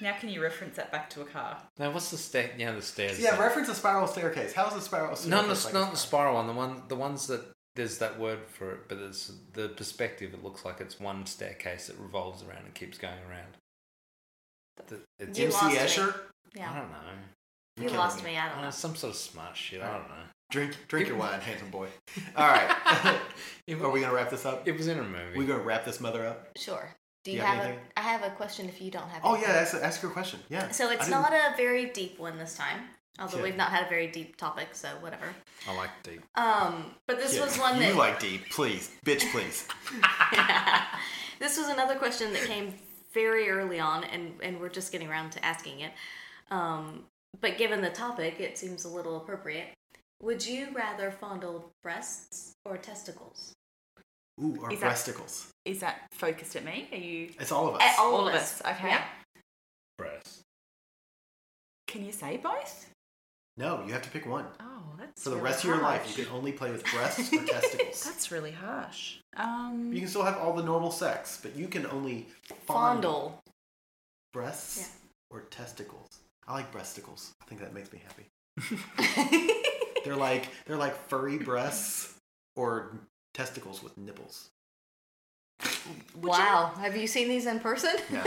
Speaker 11: Now, can you reference that back to a car?
Speaker 5: No, what's the stair? Yeah, the
Speaker 1: <laughs>
Speaker 5: stairs.
Speaker 1: yeah, reference a spiral staircase. How's a spiral staircase?
Speaker 5: Not the
Speaker 1: like a
Speaker 5: not the spiral one. The one the ones that there's that word for it, but it's the perspective. It looks like it's one staircase that revolves around and keeps going around. The, it's
Speaker 7: You MC lost me. Escher?
Speaker 5: I
Speaker 7: Yeah.
Speaker 5: don't know.
Speaker 7: You You're lost killing me. me, I don't know.
Speaker 5: Some sort of smart shit. I don't know.
Speaker 1: Drink, drink your wine, handsome
Speaker 5: <laughs>
Speaker 1: boy. All right. Are we gonna wrap this up?
Speaker 5: It was in a movie.
Speaker 1: We gonna wrap this mother up?
Speaker 7: Sure. Do
Speaker 1: You
Speaker 7: you,
Speaker 1: have
Speaker 7: have, a?
Speaker 1: anything?
Speaker 7: I have a question. If you don't have.
Speaker 1: Oh
Speaker 7: anything.
Speaker 1: yeah, that's ask your question. Yeah.
Speaker 7: So
Speaker 1: I
Speaker 7: it's
Speaker 1: didn't-
Speaker 7: not a very deep one this time, although
Speaker 1: Yeah.
Speaker 7: we've not had a very deep topic, so whatever.
Speaker 5: I like deep.
Speaker 7: Um, but this
Speaker 1: Yeah,
Speaker 7: was one that
Speaker 1: you like deep, please, bitch, please.
Speaker 7: <laughs> this was another question that came very early on, and and we're just getting around to asking it. Um, but given the topic, it seems a little appropriate. Would you rather fondle breasts or testicles?
Speaker 1: Ooh, or
Speaker 6: Is that-
Speaker 1: breasticles.
Speaker 6: Is that focused at me? Are you?
Speaker 1: It's all of us.
Speaker 6: At all, of us. Okay.
Speaker 1: Yeah. Breast.
Speaker 6: Can you say both?
Speaker 1: No, you have to pick one.
Speaker 6: Oh, that's
Speaker 1: For the
Speaker 6: really
Speaker 1: rest of your life,
Speaker 6: harsh.
Speaker 1: you can only play with breasts or testicles.
Speaker 7: <laughs>
Speaker 6: That's really harsh. Um,
Speaker 1: You can still have all the normal sex, but you can only
Speaker 6: Fondle.
Speaker 1: breasts or testicles. I like breasticles. I think that makes me happy.
Speaker 7: <laughs>
Speaker 1: they're like they're like furry breasts or testicles with nipples.
Speaker 7: wow, have you seen these in person? <laughs>
Speaker 1: No.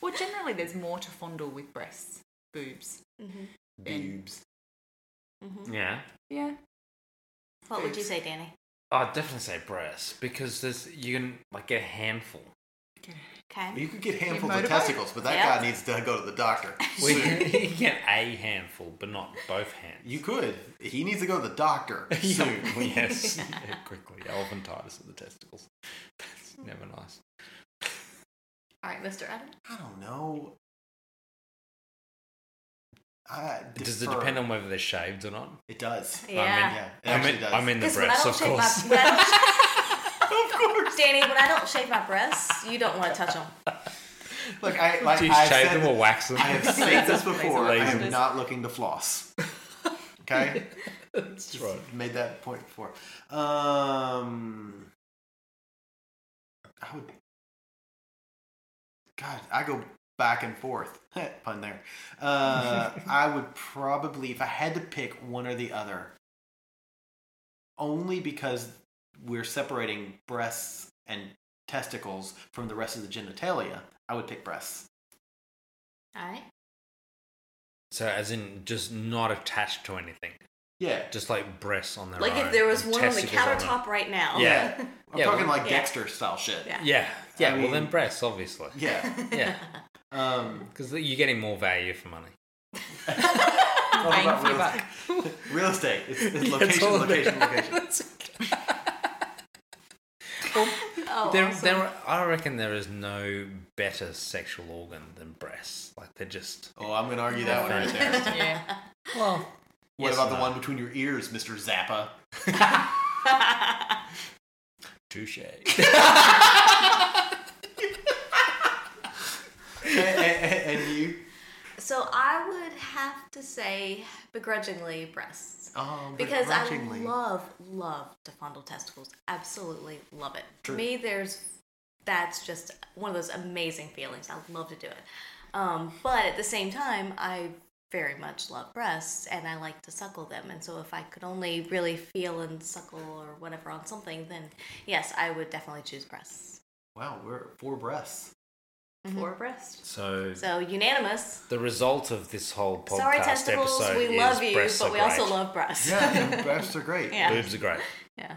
Speaker 6: well, generally, there's more to fondle with breasts, boobs.
Speaker 1: Boobs.
Speaker 5: Yeah.
Speaker 6: Yeah.
Speaker 7: What would you say, Danny?
Speaker 5: I'd definitely say breasts because there's you can like get a
Speaker 7: <laughs>
Speaker 5: handful. <laughs>
Speaker 7: Okay.
Speaker 1: You could get handfuls
Speaker 5: motorbike?
Speaker 1: of testicles, but that
Speaker 5: Yeah.
Speaker 1: guy needs to go to the doctor.
Speaker 5: Well,
Speaker 1: soon.
Speaker 5: you can- you can get a handful, but not both hands.
Speaker 1: you could. He needs to go to the
Speaker 5: <laughs>
Speaker 1: doctor <laughs> soon.
Speaker 5: Well, yes, yeah, quickly. Elephantitis of the testicles. That's never nice.
Speaker 7: All right, Mr. Adam.
Speaker 1: I don't know. I
Speaker 5: Does it
Speaker 1: defer.
Speaker 5: depend on whether they're shaved or not?
Speaker 1: It does.
Speaker 7: Yeah. Yeah, it
Speaker 5: I mean, I
Speaker 7: actually
Speaker 5: mean,
Speaker 7: does.
Speaker 5: I mean the
Speaker 7: 'Cause when I
Speaker 5: breasts,
Speaker 7: don't
Speaker 5: of
Speaker 7: shave
Speaker 5: course.
Speaker 7: my- <laughs> when <laughs> I- Danny, when I don't shave my breasts, you don't want to touch them.
Speaker 1: Look, I like
Speaker 5: Do you
Speaker 1: I've
Speaker 5: shave
Speaker 1: said-
Speaker 5: them or wax them?
Speaker 1: I
Speaker 5: <laughs>
Speaker 1: have said this
Speaker 5: Laser-
Speaker 1: before. I am
Speaker 5: lasers.
Speaker 1: not looking to floss. Okay,
Speaker 5: <laughs> That's right.
Speaker 1: made that point before. Um, I would. God, I go back and forth. <laughs> Pun there. Uh, I would probably, if I had to pick one or the other, only because we're separating breasts and testicles from the rest of the genitalia, I would pick breasts.
Speaker 7: All right.
Speaker 5: So, as in, just not attached to anything.
Speaker 1: Yeah.
Speaker 5: Just like breasts on their
Speaker 7: Like
Speaker 5: own.
Speaker 7: if there was
Speaker 5: and
Speaker 7: one on the
Speaker 5: testicles their
Speaker 7: countertop
Speaker 5: own.
Speaker 7: right now.
Speaker 5: Yeah.
Speaker 1: <laughs> I'm
Speaker 5: Yeah,
Speaker 1: talking
Speaker 5: well-
Speaker 1: like
Speaker 5: Yeah.
Speaker 1: Dexter style shit.
Speaker 7: Yeah.
Speaker 5: Yeah. Yeah.
Speaker 1: I
Speaker 5: well, then
Speaker 1: mean- <laughs>
Speaker 5: breasts, obviously. <laughs>
Speaker 1: Yeah.
Speaker 5: Yeah.
Speaker 1: Um,
Speaker 5: because you're getting more value for money.
Speaker 1: It's all
Speaker 5: Bang
Speaker 1: about
Speaker 5: for
Speaker 1: real,
Speaker 3: <laughs>
Speaker 1: estate. real estate.
Speaker 5: <laughs>
Speaker 1: It's, it's location,
Speaker 5: all
Speaker 1: location,
Speaker 5: about-
Speaker 1: location.
Speaker 7: Oh,
Speaker 5: there,
Speaker 7: awesome.
Speaker 5: there, I reckon there is no better sexual organ than breasts. Like they're just.
Speaker 3: Oh, I'm going to argue that one right
Speaker 5: <laughs>
Speaker 3: there.
Speaker 12: yeah.
Speaker 5: Well,
Speaker 3: What
Speaker 5: Yes
Speaker 3: about
Speaker 5: and
Speaker 3: the
Speaker 5: no.
Speaker 3: one between your ears, Mr. Zappa? <laughs>
Speaker 5: <laughs>
Speaker 3: Touche. and, and you?
Speaker 7: So I would have to say begrudgingly breasts.
Speaker 3: Oh,
Speaker 7: because I
Speaker 3: begrudgingly.
Speaker 7: love, love to fondle testicles. Absolutely love it.
Speaker 3: True.
Speaker 7: To me, there's that's just one of those amazing feelings. I love to do it. Um, but at the same time, I very much love breasts and I like to suckle them. And so if I could only really feel and suckle or whatever on something, then yes, I would definitely choose breasts.
Speaker 3: Wow, we're four breasts.
Speaker 7: Or breasts.
Speaker 5: So,
Speaker 7: So unanimous.
Speaker 5: the result of this whole podcast
Speaker 7: Sorry, testicles.
Speaker 5: episode
Speaker 7: We
Speaker 5: is
Speaker 7: love you,
Speaker 5: breasts
Speaker 7: but
Speaker 5: are
Speaker 7: we also
Speaker 5: great.
Speaker 7: love breasts.
Speaker 3: breasts are great.
Speaker 7: <laughs> Yeah.
Speaker 5: Boobs are great.
Speaker 7: Yeah.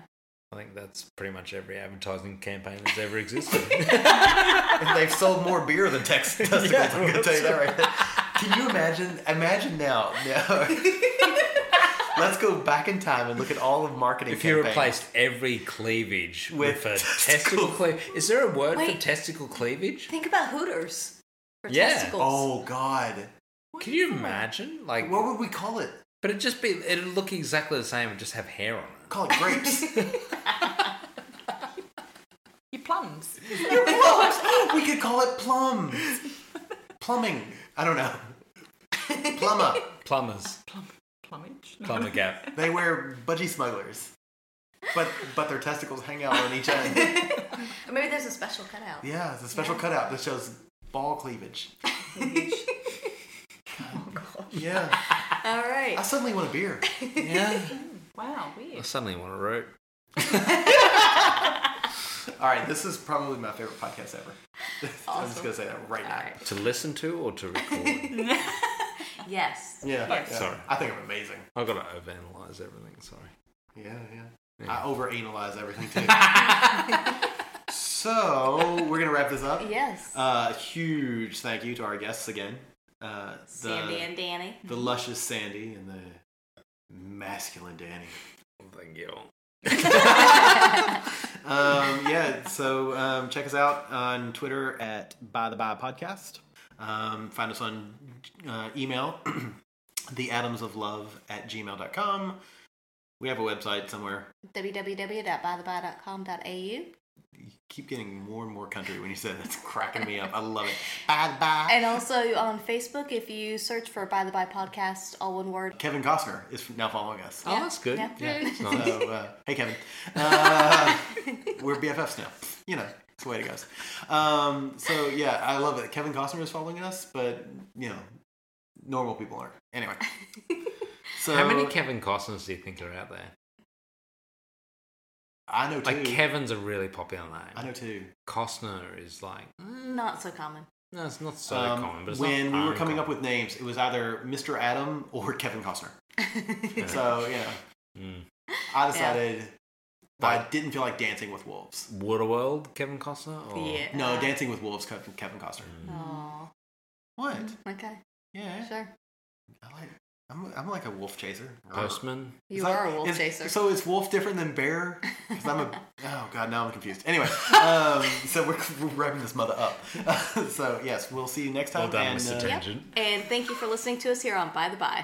Speaker 5: I think that's pretty much every advertising campaign that's ever
Speaker 7: <laughs>
Speaker 5: existed.
Speaker 3: They've sold more beer than tex- <laughs> testicles. I'm going to tell you that right there. Can you imagine? Imagine now. now. Let's go back in time and look at all of marketing.
Speaker 5: If you
Speaker 3: campaigns.
Speaker 5: replaced every cleavage with,
Speaker 3: With
Speaker 5: a testicle cleavage, is there a word for
Speaker 7: Wait.
Speaker 5: testicle cleavage?
Speaker 7: Think about Hooters for
Speaker 5: Yeah.
Speaker 7: testicles.
Speaker 3: Oh God.
Speaker 5: Can you imagine? Like,
Speaker 3: what would we call it?
Speaker 5: But it'd just be, it'd look exactly the same and just have hair on it.
Speaker 3: Call it
Speaker 5: <laughs>
Speaker 3: grapes.
Speaker 6: Your plums.
Speaker 3: Your plums. we could call it plums. Plumbing. I don't
Speaker 5: <laughs>
Speaker 3: know. Plumber.
Speaker 7: <laughs>
Speaker 5: Plumbers.
Speaker 6: Plumage.
Speaker 5: Plumber gap.
Speaker 3: They wear budgie smugglers, but but their testicles hang out on each
Speaker 7: <laughs>
Speaker 3: end.
Speaker 7: Or maybe there's a special cutout.
Speaker 3: Yeah, it's a special cutout that shows ball cleavage.
Speaker 7: Oh,
Speaker 3: Yeah.
Speaker 7: All right.
Speaker 3: <laughs>
Speaker 7: <laughs>
Speaker 3: I suddenly want a beer.
Speaker 5: Yeah.
Speaker 6: Wow,
Speaker 5: I
Speaker 6: weird.
Speaker 5: suddenly want to root.
Speaker 3: All right, this is probably my favorite podcast ever. <laughs> I'm just
Speaker 7: Awesome.
Speaker 3: gonna say that right now.
Speaker 5: To listen to or
Speaker 7: <laughs>
Speaker 5: to record?
Speaker 7: Yes.
Speaker 3: Yeah,
Speaker 7: Yes.
Speaker 3: yeah.
Speaker 5: Sorry.
Speaker 3: I think I'm amazing.
Speaker 5: I've got to overanalyze everything,
Speaker 7: <laughs>
Speaker 5: sorry.
Speaker 3: Yeah, yeah.
Speaker 5: Yeah.
Speaker 3: I overanalyze everything too. so we're gonna wrap this up.
Speaker 7: Yes.
Speaker 3: Uh, huge thank you to our guests again. Uh, the,
Speaker 7: Sandy and Danny.
Speaker 3: the luscious Sandy and the masculine Danny.
Speaker 5: Thank you.
Speaker 3: um, yeah, so um, check us out on Twitter at By the By Podcast. Um, find us on uh, email, <clears throat> theatomsoflove at gmail.com. We have a website somewhere.
Speaker 7: www.bytheby.com.au.
Speaker 3: Keep getting more and more country when you say that. It's cracking me up. I love it. Bye bye.
Speaker 7: And also on Facebook, if you search for By the By Podcast, all one word.
Speaker 3: Kevin Costner is now following us.
Speaker 5: Oh, that's good.
Speaker 7: Yeah. <laughs>
Speaker 5: Yeah, it's
Speaker 3: So,
Speaker 5: nice.
Speaker 3: uh, hey, Kevin. Uh, we're BFFs now. You know, it's the way it goes. Um, so, yeah, I love it. Kevin Costner is following us, but, you know, normal people aren't. Anyway. So,
Speaker 5: How many Kevin Costners do you think are out there?
Speaker 3: I know two.
Speaker 5: Like, Kevin's a really popular name.
Speaker 3: I know two.
Speaker 5: Costner is like, mm,
Speaker 7: Not so common.
Speaker 5: no, it's not so
Speaker 3: Um,
Speaker 5: common, but it's
Speaker 3: when
Speaker 5: not
Speaker 3: we were coming up with names, it was either Mr. Adam or Kevin
Speaker 5: <laughs>
Speaker 3: Costner.
Speaker 5: with.
Speaker 3: So, you know,
Speaker 5: Mm.
Speaker 3: I decided I didn't feel like dancing with wolves.
Speaker 5: Waterworld, Kevin Costner? Or...
Speaker 7: Yeah.
Speaker 3: Oh. No, Dancing with Wolves, Kevin Kevin Costner.
Speaker 5: Mm.
Speaker 7: Aw.
Speaker 3: What?
Speaker 7: Okay.
Speaker 3: Yeah.
Speaker 7: Sure.
Speaker 3: I like, I'm, I'm like a wolf chaser.
Speaker 5: Oh, Postman?
Speaker 7: You
Speaker 3: Is that-
Speaker 7: are a wolf
Speaker 3: is-
Speaker 7: chaser.
Speaker 3: So is wolf different than
Speaker 7: <laughs>
Speaker 3: bear? Because I'm a oh god, now I'm confused. Anyway, um, so we're, we're wrapping this mother up. <laughs> so yes, we'll see you next time.
Speaker 5: Well done,
Speaker 3: and,
Speaker 5: Mr.
Speaker 3: uh,
Speaker 7: Yep.
Speaker 5: Tangent.
Speaker 7: And thank you for listening to us here on By the By.